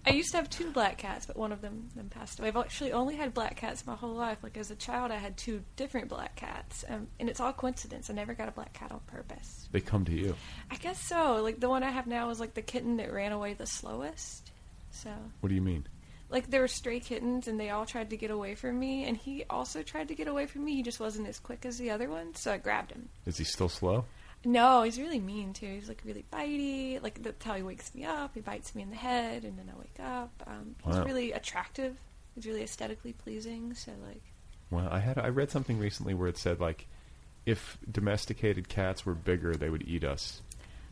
Speaker 10: I used to have two black cats, but one of them then passed away. I've actually only had black cats my whole life. Like as a child, I had two different black cats, um, and it's all coincidence. I never got a black cat on purpose.
Speaker 2: They come to you.
Speaker 10: I guess so. Like the one I have now is like the kitten that ran away the slowest. So
Speaker 2: What do you mean?
Speaker 10: like there were stray kittens and they all tried to get away from me and he also tried to get away from me he just wasn't as quick as the other one so i grabbed him
Speaker 2: Is he still slow?
Speaker 10: no he's really mean too he's like really bitey like that's how he wakes me up he bites me in the head and then i wake up um, he's
Speaker 2: Wow.
Speaker 10: really attractive he's really aesthetically pleasing so like
Speaker 2: Well, I had I read something recently where it said like, if domesticated cats were bigger, they would eat us.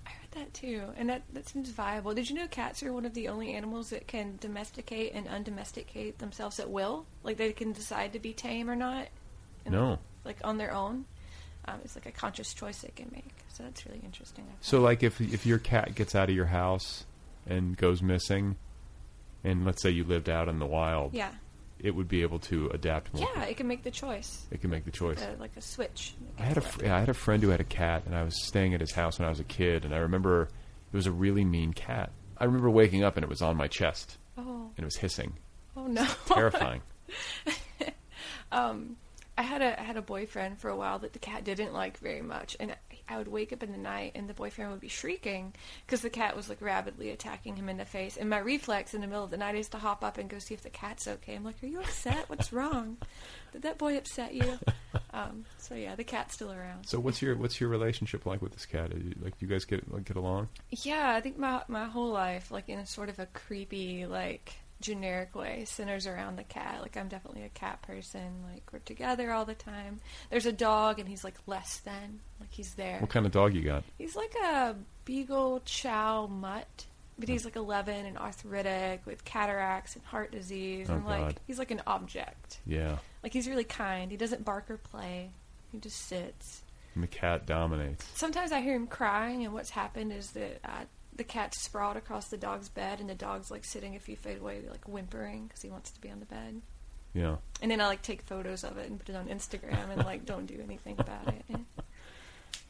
Speaker 10: i heard that too and that, that seems viable did you know cats are one of the only animals that can domesticate and undomesticate themselves at will like they can decide to be tame or not And,
Speaker 2: No.
Speaker 10: like, like on their own. Um, it's like a conscious choice they can make. So that's really interesting. I
Speaker 2: So like if if your cat gets out of your house and goes missing, and let's say you lived out in the wild,
Speaker 10: Yeah.
Speaker 2: it would be able to adapt more.
Speaker 10: found. yeah, it can make the choice.
Speaker 2: It can make the choice.
Speaker 10: Uh, like a switch.
Speaker 2: I had a fr- yeah, I had a friend who had a cat, and I was staying at his house when I was a kid, and I remember it was a really mean cat. I remember waking up and it was on my chest,
Speaker 10: Oh.
Speaker 2: and it was hissing.
Speaker 10: Oh no!
Speaker 2: Terrifying.
Speaker 10: um, I had a I had a boyfriend for a while that the cat didn't like very much, and I would wake up in the night and the boyfriend would be shrieking because the cat was like rapidly attacking him in the face. And my reflex in the middle of the night is to hop up and go see if the cat's okay. I'm like, "Are you upset? What's wrong? Did that boy upset you?" Um, so yeah, the cat's still around.
Speaker 2: So what's your what's your relationship like with this cat? Are you- Like, do you guys get like, get along?
Speaker 10: Yeah, I think my my whole life, like in a sort of a creepy, like generic way, centers around the cat. Like I'm definitely a cat person. Like we're together all the time. There's a dog, and he's like less than. Like he's there.
Speaker 2: What kind of dog you got?
Speaker 10: He's like a beagle chow mutt, but he's like 11 and arthritic with cataracts and heart disease,
Speaker 2: Oh,
Speaker 10: and like
Speaker 2: God.
Speaker 10: he's like an object.
Speaker 2: Yeah,
Speaker 10: Like he's really kind. He doesn't bark or play. He just sits.
Speaker 2: and the cat dominates.
Speaker 10: Sometimes I hear him crying, and what's happened is that uh, the cat's sprawled across the dog's bed, and the dog's like sitting a few feet away, like whimpering because he wants to be on the bed.
Speaker 2: Yeah.
Speaker 10: And then I like take photos of it and put it on Instagram, and like don't do anything about it. Yeah.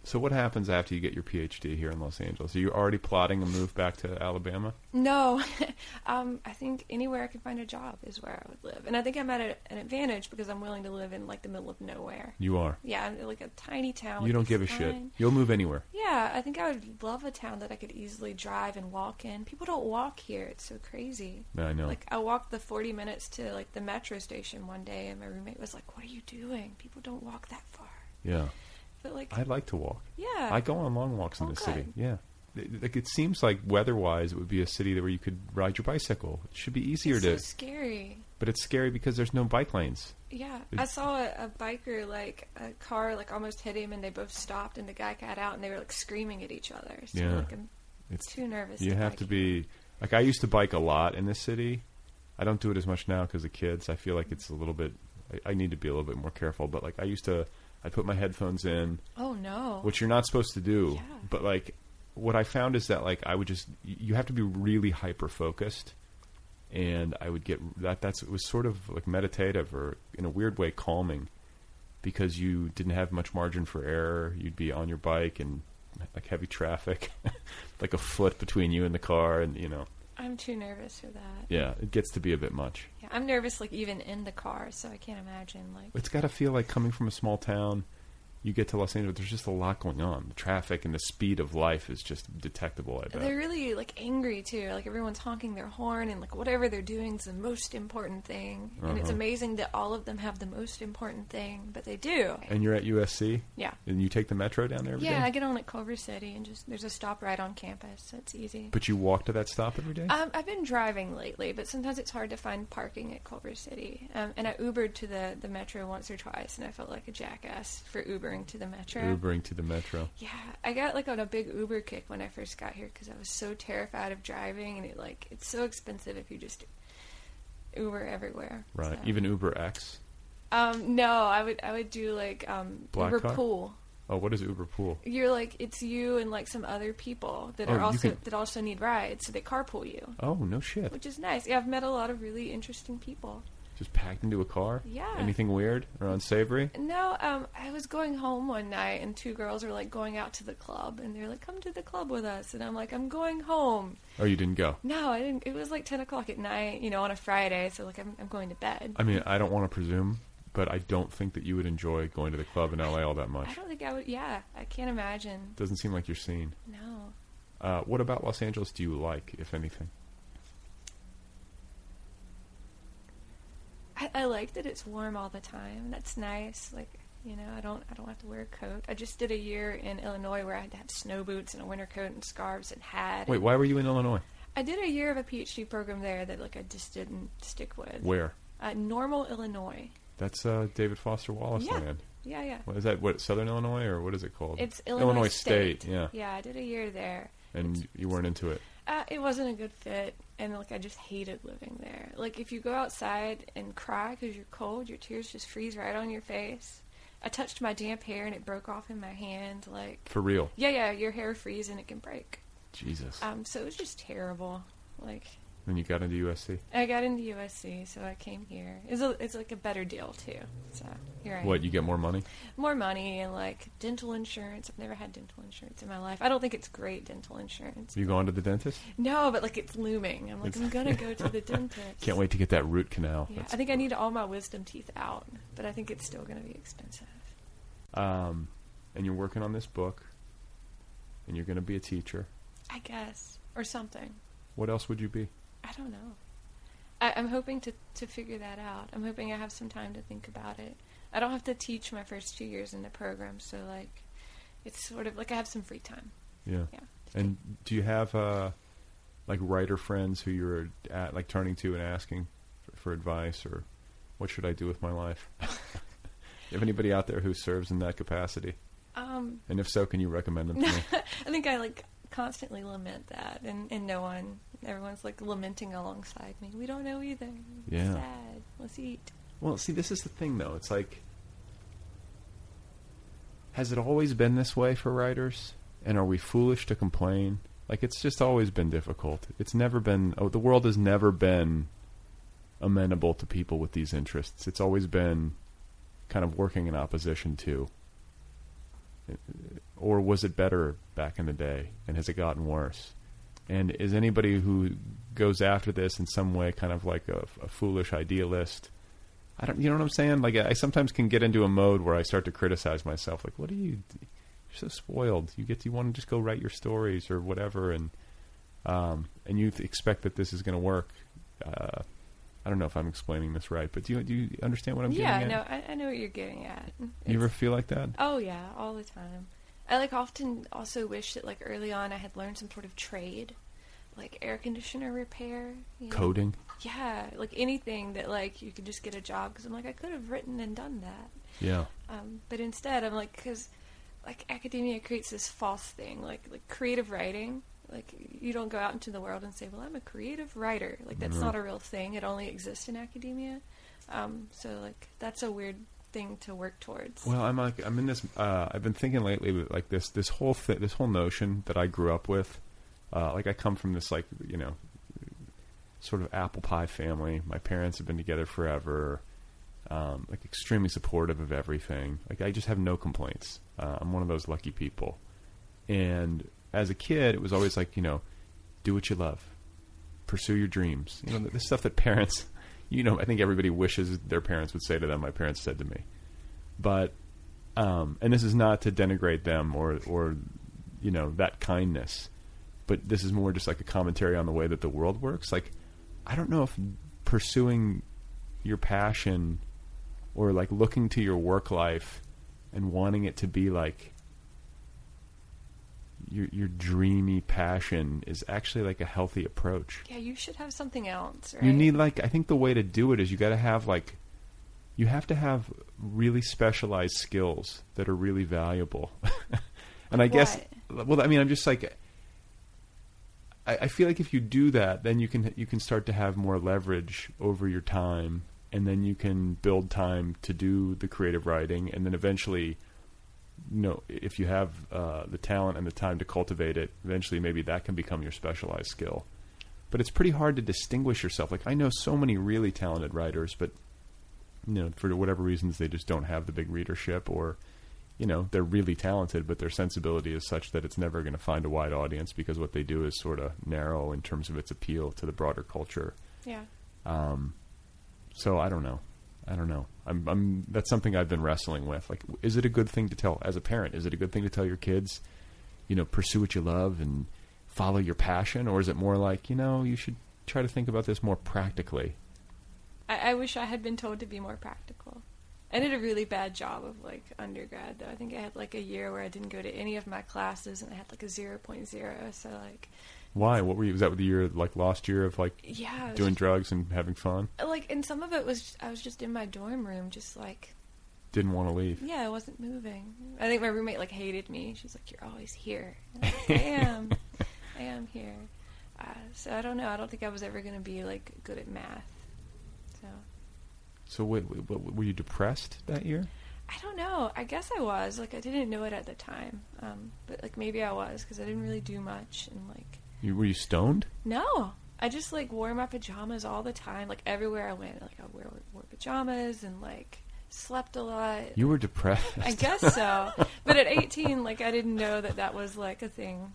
Speaker 2: So what happens after you get your PhD here in Los Angeles? Are you already plotting a move back to Alabama?
Speaker 10: No, um, I think anywhere I could find a job is where I would live, and I think I'm at a, an advantage because I'm willing to live in like the middle of nowhere.
Speaker 2: You are.
Speaker 10: Yeah, I'm in, like a tiny town.
Speaker 2: you
Speaker 10: would
Speaker 2: don't
Speaker 10: be
Speaker 2: give a shit.
Speaker 10: Oh, fine.
Speaker 2: You'll move anywhere.
Speaker 10: Yeah, I think I would love a town that I could easily drive and walk in. People don't walk here; it's so crazy.
Speaker 2: I know.
Speaker 10: Like I walked the forty minutes to like the metro station one day, and my roommate was like, "What are you doing? People don't walk that far."
Speaker 2: Yeah.
Speaker 10: But like,
Speaker 2: I like to walk.
Speaker 10: Yeah.
Speaker 2: I go on long walks in
Speaker 10: Oh,
Speaker 2: the
Speaker 10: good.
Speaker 2: city. Yeah. It- Like it seems like weather-wise, it would be a city that where you could ride your bicycle. It should be easier
Speaker 10: it's
Speaker 2: to.
Speaker 10: so scary.
Speaker 2: but it's scary because there's no bike lanes.
Speaker 10: Yeah,
Speaker 2: It-
Speaker 10: I saw a, a biker like a car like almost hit him, and they both stopped, and the guy got out, and they were like screaming at each other. So,
Speaker 2: Yeah.
Speaker 10: like, I'm
Speaker 2: It's-
Speaker 10: too nervous.
Speaker 2: You have
Speaker 10: bike
Speaker 2: to
Speaker 10: here.
Speaker 2: be like I used to bike a lot in this city. I don't do it as much now because of kids. I feel like it's a little bit. I, I need to be a little bit more careful. But like I used to, I'd put my headphones in.
Speaker 10: Oh, no.
Speaker 2: Which you're not supposed to do.
Speaker 10: Yeah.
Speaker 2: But like, what I found is that like I would just y- you have to be really hyper focused, and I would get that. That's it was sort of like meditative or in a weird way calming, because you didn't have much margin for error. You'd be on your bike and like heavy traffic, like a foot between you and the car, and you know,
Speaker 10: I'm too nervous for that.
Speaker 2: yeah, it gets to be a bit much.
Speaker 10: Yeah, I'm nervous like even in the car, so I can't imagine like.
Speaker 2: It's got to feel like coming from a small town. You get to Los Angeles, there's just a lot going on. The traffic and the speed of life is just detectable. I bet.
Speaker 10: They're really like angry too. Like everyone's honking their horn, and like whatever they're doing is the most important thing. And it's
Speaker 2: Uh-huh.
Speaker 10: amazing that all of them have the most important thing, but they do.
Speaker 2: And you're at USC?
Speaker 10: Yeah.
Speaker 2: And you take the metro down there every day.
Speaker 10: yeah, I get on at Culver City, and just there's a stop right on campus, so it's easy.
Speaker 2: But you walk to that stop every day?
Speaker 10: Um, I've been driving lately, but sometimes it's hard to find parking at Culver City. Um, and I Ubered to the, the metro once or twice, and I felt like a jackass for Ubering to the metro.
Speaker 2: Ubering to the metro.
Speaker 10: Yeah, I got like on a big Uber kick when I first got here because I was so terrified of driving, and it like it's so expensive if you just Uber everywhere.
Speaker 2: Right.
Speaker 10: So-
Speaker 2: Even Uber X.
Speaker 10: Um, no, I would I would do like um,
Speaker 2: Black
Speaker 10: Uber
Speaker 2: Cock?
Speaker 10: Pool.
Speaker 2: Oh, what is Uber Pool?
Speaker 10: You're like it's you and like some other people that
Speaker 2: Oh,
Speaker 10: are
Speaker 2: you
Speaker 10: also
Speaker 2: can-
Speaker 10: that also need rides, so they carpool you,
Speaker 2: Oh, no shit.
Speaker 10: which is nice. Yeah, I've met a lot of really interesting people.
Speaker 2: Just packed into a car?
Speaker 10: Yeah.
Speaker 2: Anything weird or unsavory?
Speaker 10: No, um, I was going home one night and two girls were like going out to the club and they're like, "Come to the club with us," and I'm like, "I'm going home."
Speaker 2: Oh, you didn't go?
Speaker 10: No, I didn't. It was like ten o'clock at night, you know, on a Friday, so like I'm I'm going to bed.
Speaker 2: I mean, I don't want to presume, but I don't think that you would enjoy going to the club in LA all that
Speaker 10: I
Speaker 2: much.
Speaker 10: don't think I would. Yeah, I can't imagine.
Speaker 2: Doesn't seem like you're seen.
Speaker 10: No.
Speaker 2: Uh, what about Los Angeles do you like, if anything?
Speaker 10: I, I like that it's warm all the time. That's nice. Like you know, I don't I don't have to wear a coat. I just did a year in Illinois where I had to have snow boots and a winter coat and scarves and hat.
Speaker 2: Wait, why were you in Illinois?
Speaker 10: I did a year of a PhD program there that like I just didn't stick with.
Speaker 2: Where?
Speaker 10: Uh, Normal, Illinois.
Speaker 2: That's uh, David Foster Wallace
Speaker 10: Yeah.
Speaker 2: land.
Speaker 10: Yeah, yeah.
Speaker 2: What is that? What Southern Illinois or what is it called?
Speaker 10: It's Illinois,
Speaker 2: State. Yeah.
Speaker 10: Yeah, I did a year there.
Speaker 2: And you weren't into it.
Speaker 10: Uh, it wasn't a good fit, and like I just hated living there. Like if you go outside and cry because you're cold, your tears just freeze right on your face. I touched my damp hair and it broke off in my hand. Like
Speaker 2: For real?
Speaker 10: Yeah, yeah. Your hair freezes and it can break.
Speaker 2: Jesus.
Speaker 10: Um, so it was just terrible. Like
Speaker 2: Then you got into USC.
Speaker 10: I got into USC, so I came here. It's a, it's like a better deal too. So here I
Speaker 2: What?
Speaker 10: am.
Speaker 2: You get more money?
Speaker 10: More money and like dental insurance. I've never had dental insurance in my life. I don't think it's great dental insurance.
Speaker 2: You going to the dentist?
Speaker 10: No, but like it's looming. I'm like
Speaker 2: It's-
Speaker 10: I'm gonna go to the dentist.
Speaker 2: Can't wait to get that root canal.
Speaker 10: Yeah,
Speaker 2: That's-
Speaker 10: I think I need all my wisdom teeth out, but I think it's still going to be expensive.
Speaker 2: Um, and you're working on this book, and you're going to be a teacher.
Speaker 10: I guess, or something.
Speaker 2: What else would you be?
Speaker 10: I don't know. I, I'm hoping to to figure that out. I'm hoping I have some time to think about it. I don't have to teach my first two years in the program, so like, it's sort of like I have some free time.
Speaker 2: Yeah.
Speaker 10: Yeah.
Speaker 2: And do you have uh, like writer friends who you're at, like turning to and asking for, for advice or what should I do with my life? Do you have anybody out there who serves in that capacity?
Speaker 10: Um,
Speaker 2: And if so, can you recommend them to me?
Speaker 10: I think I like constantly lament that, and and no one, everyone's like lamenting alongside me. We don't know either. It's
Speaker 2: Yeah.
Speaker 10: Sad. Let's eat.
Speaker 2: Well, see, this is the thing, though. It's like, has it always been this way for writers? And are we foolish to complain? Like, it's just always been difficult. It's never been, oh, the world has never been amenable to people with these interests. It's always been kind of working in opposition to. uh, Or was it better back in the day? And has it gotten worse? And is anybody who goes after this in some way kind of like a, a foolish idealist? I don't, you know what I'm saying? Like I sometimes can get into a mode where I start to criticize myself. Like, what are you? You're so spoiled. You get, you want to just go write your stories or whatever, and um, and you expect that this is going to work. Uh, I don't know if I'm explaining this right, but do you do you understand what I'm
Speaker 10: yeah,
Speaker 2: getting
Speaker 10: no,
Speaker 2: at?
Speaker 10: I, I know what you're getting at.
Speaker 2: You ever feel like that?
Speaker 10: Oh yeah, all the time. I like often also wish that like early on I had learned some sort of trade, like air conditioner repair, you know?
Speaker 2: Coding?
Speaker 10: Yeah, like anything that like you could just get a job because I'm like I could have written and done that,
Speaker 2: Yeah.
Speaker 10: um, but instead I'm like because like academia creates this false thing like like creative writing. Like you don't go out into the world and say, "Well, I'm a creative writer." Like that's
Speaker 2: Mhm.
Speaker 10: not a real thing. It only exists in academia. Um, so like that's a weird thing to work towards.
Speaker 2: Well, I'm like I'm in this. Uh, I've been thinking lately, like this this whole th- this whole notion that I grew up with. Uh, like I come from this like you know, sort of apple pie family. My parents have been together forever. Um, like extremely supportive of everything. Like I just have no complaints. Uh, I'm one of those lucky people. And as a kid, it was always like you know, do what you love, pursue your dreams. You know, the stuff that parents, you know, I think everybody wishes their parents would say to them. My parents said to me, but um, and this is not to denigrate them or or you know that kindness, but this is more just like a commentary on the way that the world works. Like, I don't know if pursuing your passion or like looking to your work life and wanting it to be like your your dreamy passion is actually like a healthy approach.
Speaker 10: Yeah, you should have something else, right?
Speaker 2: You need like I think the way to do it is you got to have like you have to have really specialized skills that are really valuable. and I guess well I mean I'm just like I, I feel like if you do that then you can you can start to have more leverage over your time
Speaker 1: and then you can build time to do the creative writing, and then eventually, you know, if you have uh, the talent and the time to cultivate it, eventually maybe that can become your specialized skill. But it's pretty hard to distinguish yourself. Like I know so many really talented writers, but you know, for whatever reasons, they just don't have the big readership, or you know, they're really talented, but their sensibility is such that it's never going to find a wide audience because what they do is sort of narrow in terms of its appeal to the broader culture.
Speaker 10: Yeah.
Speaker 1: Um, so I don't know. I don't know. I'm, I'm. That's something I've been wrestling with. Like, is it a good thing to tell as a parent? Is it a good thing to tell your kids, you know, pursue what you love and follow your passion, or is it more like, you know, you should try to think about this more practically?
Speaker 10: I, I wish I had been told to be more practical. I did a really bad job of like undergrad though. I think I had like a year where I didn't go to any of my classes, and I had like a 0.0. So like.
Speaker 1: Why? What were you? Was that the year, like last year of like
Speaker 10: Yeah, it was
Speaker 1: doing
Speaker 10: just-
Speaker 1: drugs and having fun?
Speaker 10: like and some of it was I was just in my dorm room just like
Speaker 1: Didn't want to leave.
Speaker 10: yeah I wasn't moving I think my roommate like hated me she's like you're always here And I'm like, I am I am here uh, so I don't know I don't think I was ever gonna be like good at math so
Speaker 1: So, what, what, were you depressed that year?
Speaker 10: I don't know I guess I was like I didn't know it at the time um, but like maybe I was because I didn't really do much and like
Speaker 1: You, were you stoned?
Speaker 10: No, I just like wore my pajamas all the time, like everywhere I went. Like I wore, wore pajamas and like slept a lot.
Speaker 1: You were depressed.
Speaker 10: I guess so. but at 18, like I didn't know that that was like a thing.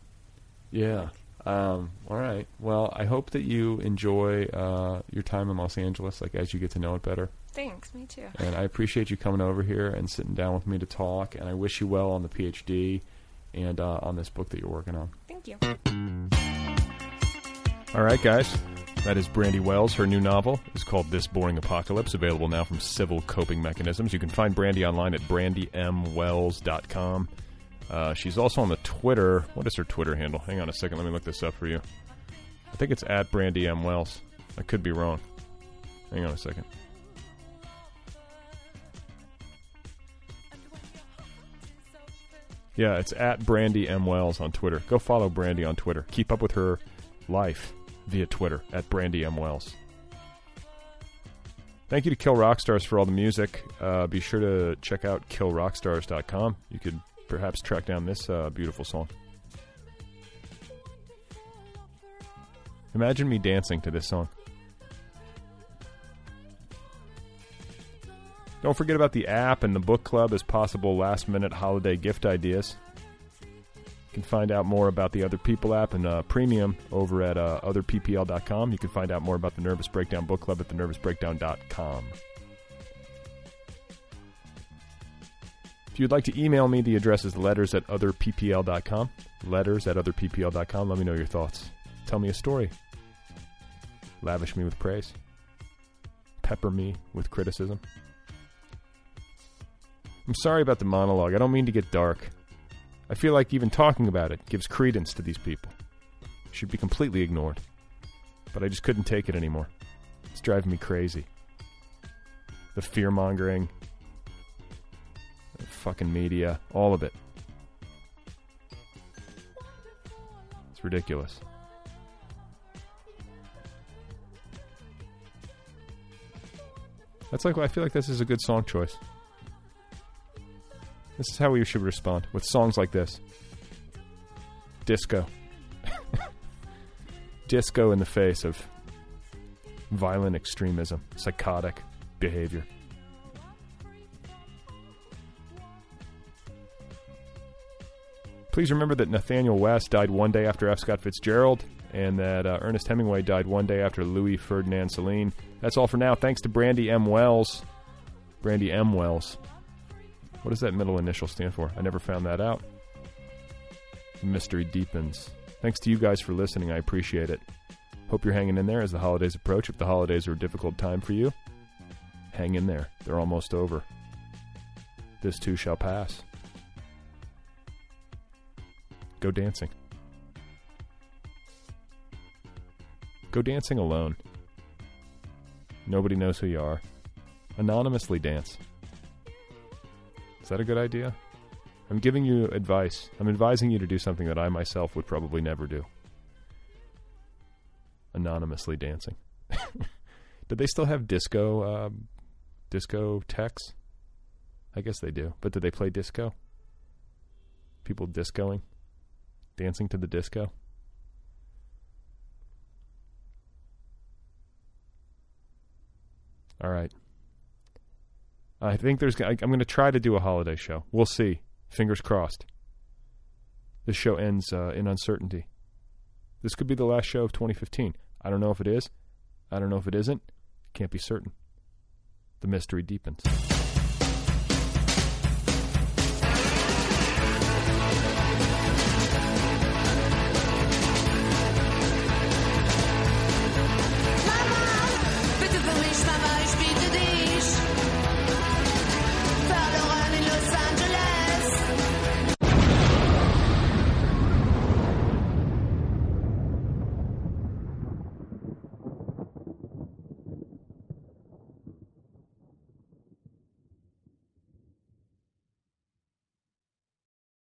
Speaker 1: Yeah. Um, all right. Well, I hope that you enjoy uh, your time in Los Angeles, like as you get to know it better.
Speaker 10: Thanks, me too.
Speaker 1: And I appreciate you coming over here and sitting down with me to talk. And I wish you well on the PhD and uh, on this book that you're working on.
Speaker 10: Thank you.
Speaker 1: All right, guys. That is Brandy Wells. Her new novel is called This Boring Apocalypse, available now from Civil Coping Mechanisms. You can find Brandy online at brandymwells.com. Uh, she's also on the Twitter. What is her Twitter handle? Hang on a second. Let me look this up for you. I think it's at Brandy M. Wells. I could be wrong. Hang on a second. Yeah, it's at Brandy M. Wells on Twitter. Go follow Brandy on Twitter. Keep up with her life via Twitter at Brandy M. Wells. Thank you to Kill Rockstars for all the music. Uh, be sure to check out killrockstars.com. You could perhaps track down this uh, beautiful song. Imagine me dancing to this song. Don't forget about the app and the book club as possible last minute holiday gift ideas. You can find out more about the Other People app and uh, premium over at uh, otherppl.com. You can find out more about the Nervous Breakdown Book Club at thenervousbreakdown.com. If you'd like to email me, the address is letters at otherppl.com. Letters at otherppl.com. Let me know your thoughts. Tell me a story. Lavish me with praise. Pepper me with criticism. I'm sorry about the monologue. I don't mean to get dark. I feel like even talking about it gives credence to these people. It should be completely ignored. But I just couldn't take it anymore. It's driving me crazy. The fear mongering, the fucking media, all of it. It's ridiculous. That's like I feel like this is a good song choice. This is how we should respond with songs like this disco. disco in the face of violent extremism, psychotic behavior. Please remember that Nathaniel West died one day after F. Scott Fitzgerald and that uh, Ernest Hemingway died one day after Louis Ferdinand Celine. That's all for now. Thanks to Brandy M. Wells. Brandy M. Wells. What does that middle initial stand for? I never found that out. The mystery deepens. Thanks to you guys for listening. I appreciate it. Hope you're hanging in there as the holidays approach. If the holidays are a difficult time for you, hang in there. They're almost over. This too shall pass. Go dancing. Go dancing alone. Nobody knows who you are. Anonymously dance. Is that a good idea? I'm giving you advice. I'm advising you to do something that I myself would probably never do anonymously dancing.
Speaker 2: Did they still have disco um, disco techs? I guess they do. But did they play disco? People discoing, dancing to the disco. All right. I think there's. I- I'm going to try to do a holiday show. We'll see. Fingers crossed. This show ends uh, in uncertainty. This could be the last show of 2015. I don't know if it is. I don't know if it isn't. Can't be certain. The mystery deepens.
Speaker 12: Bitte verlies maar waar ich bitte dich.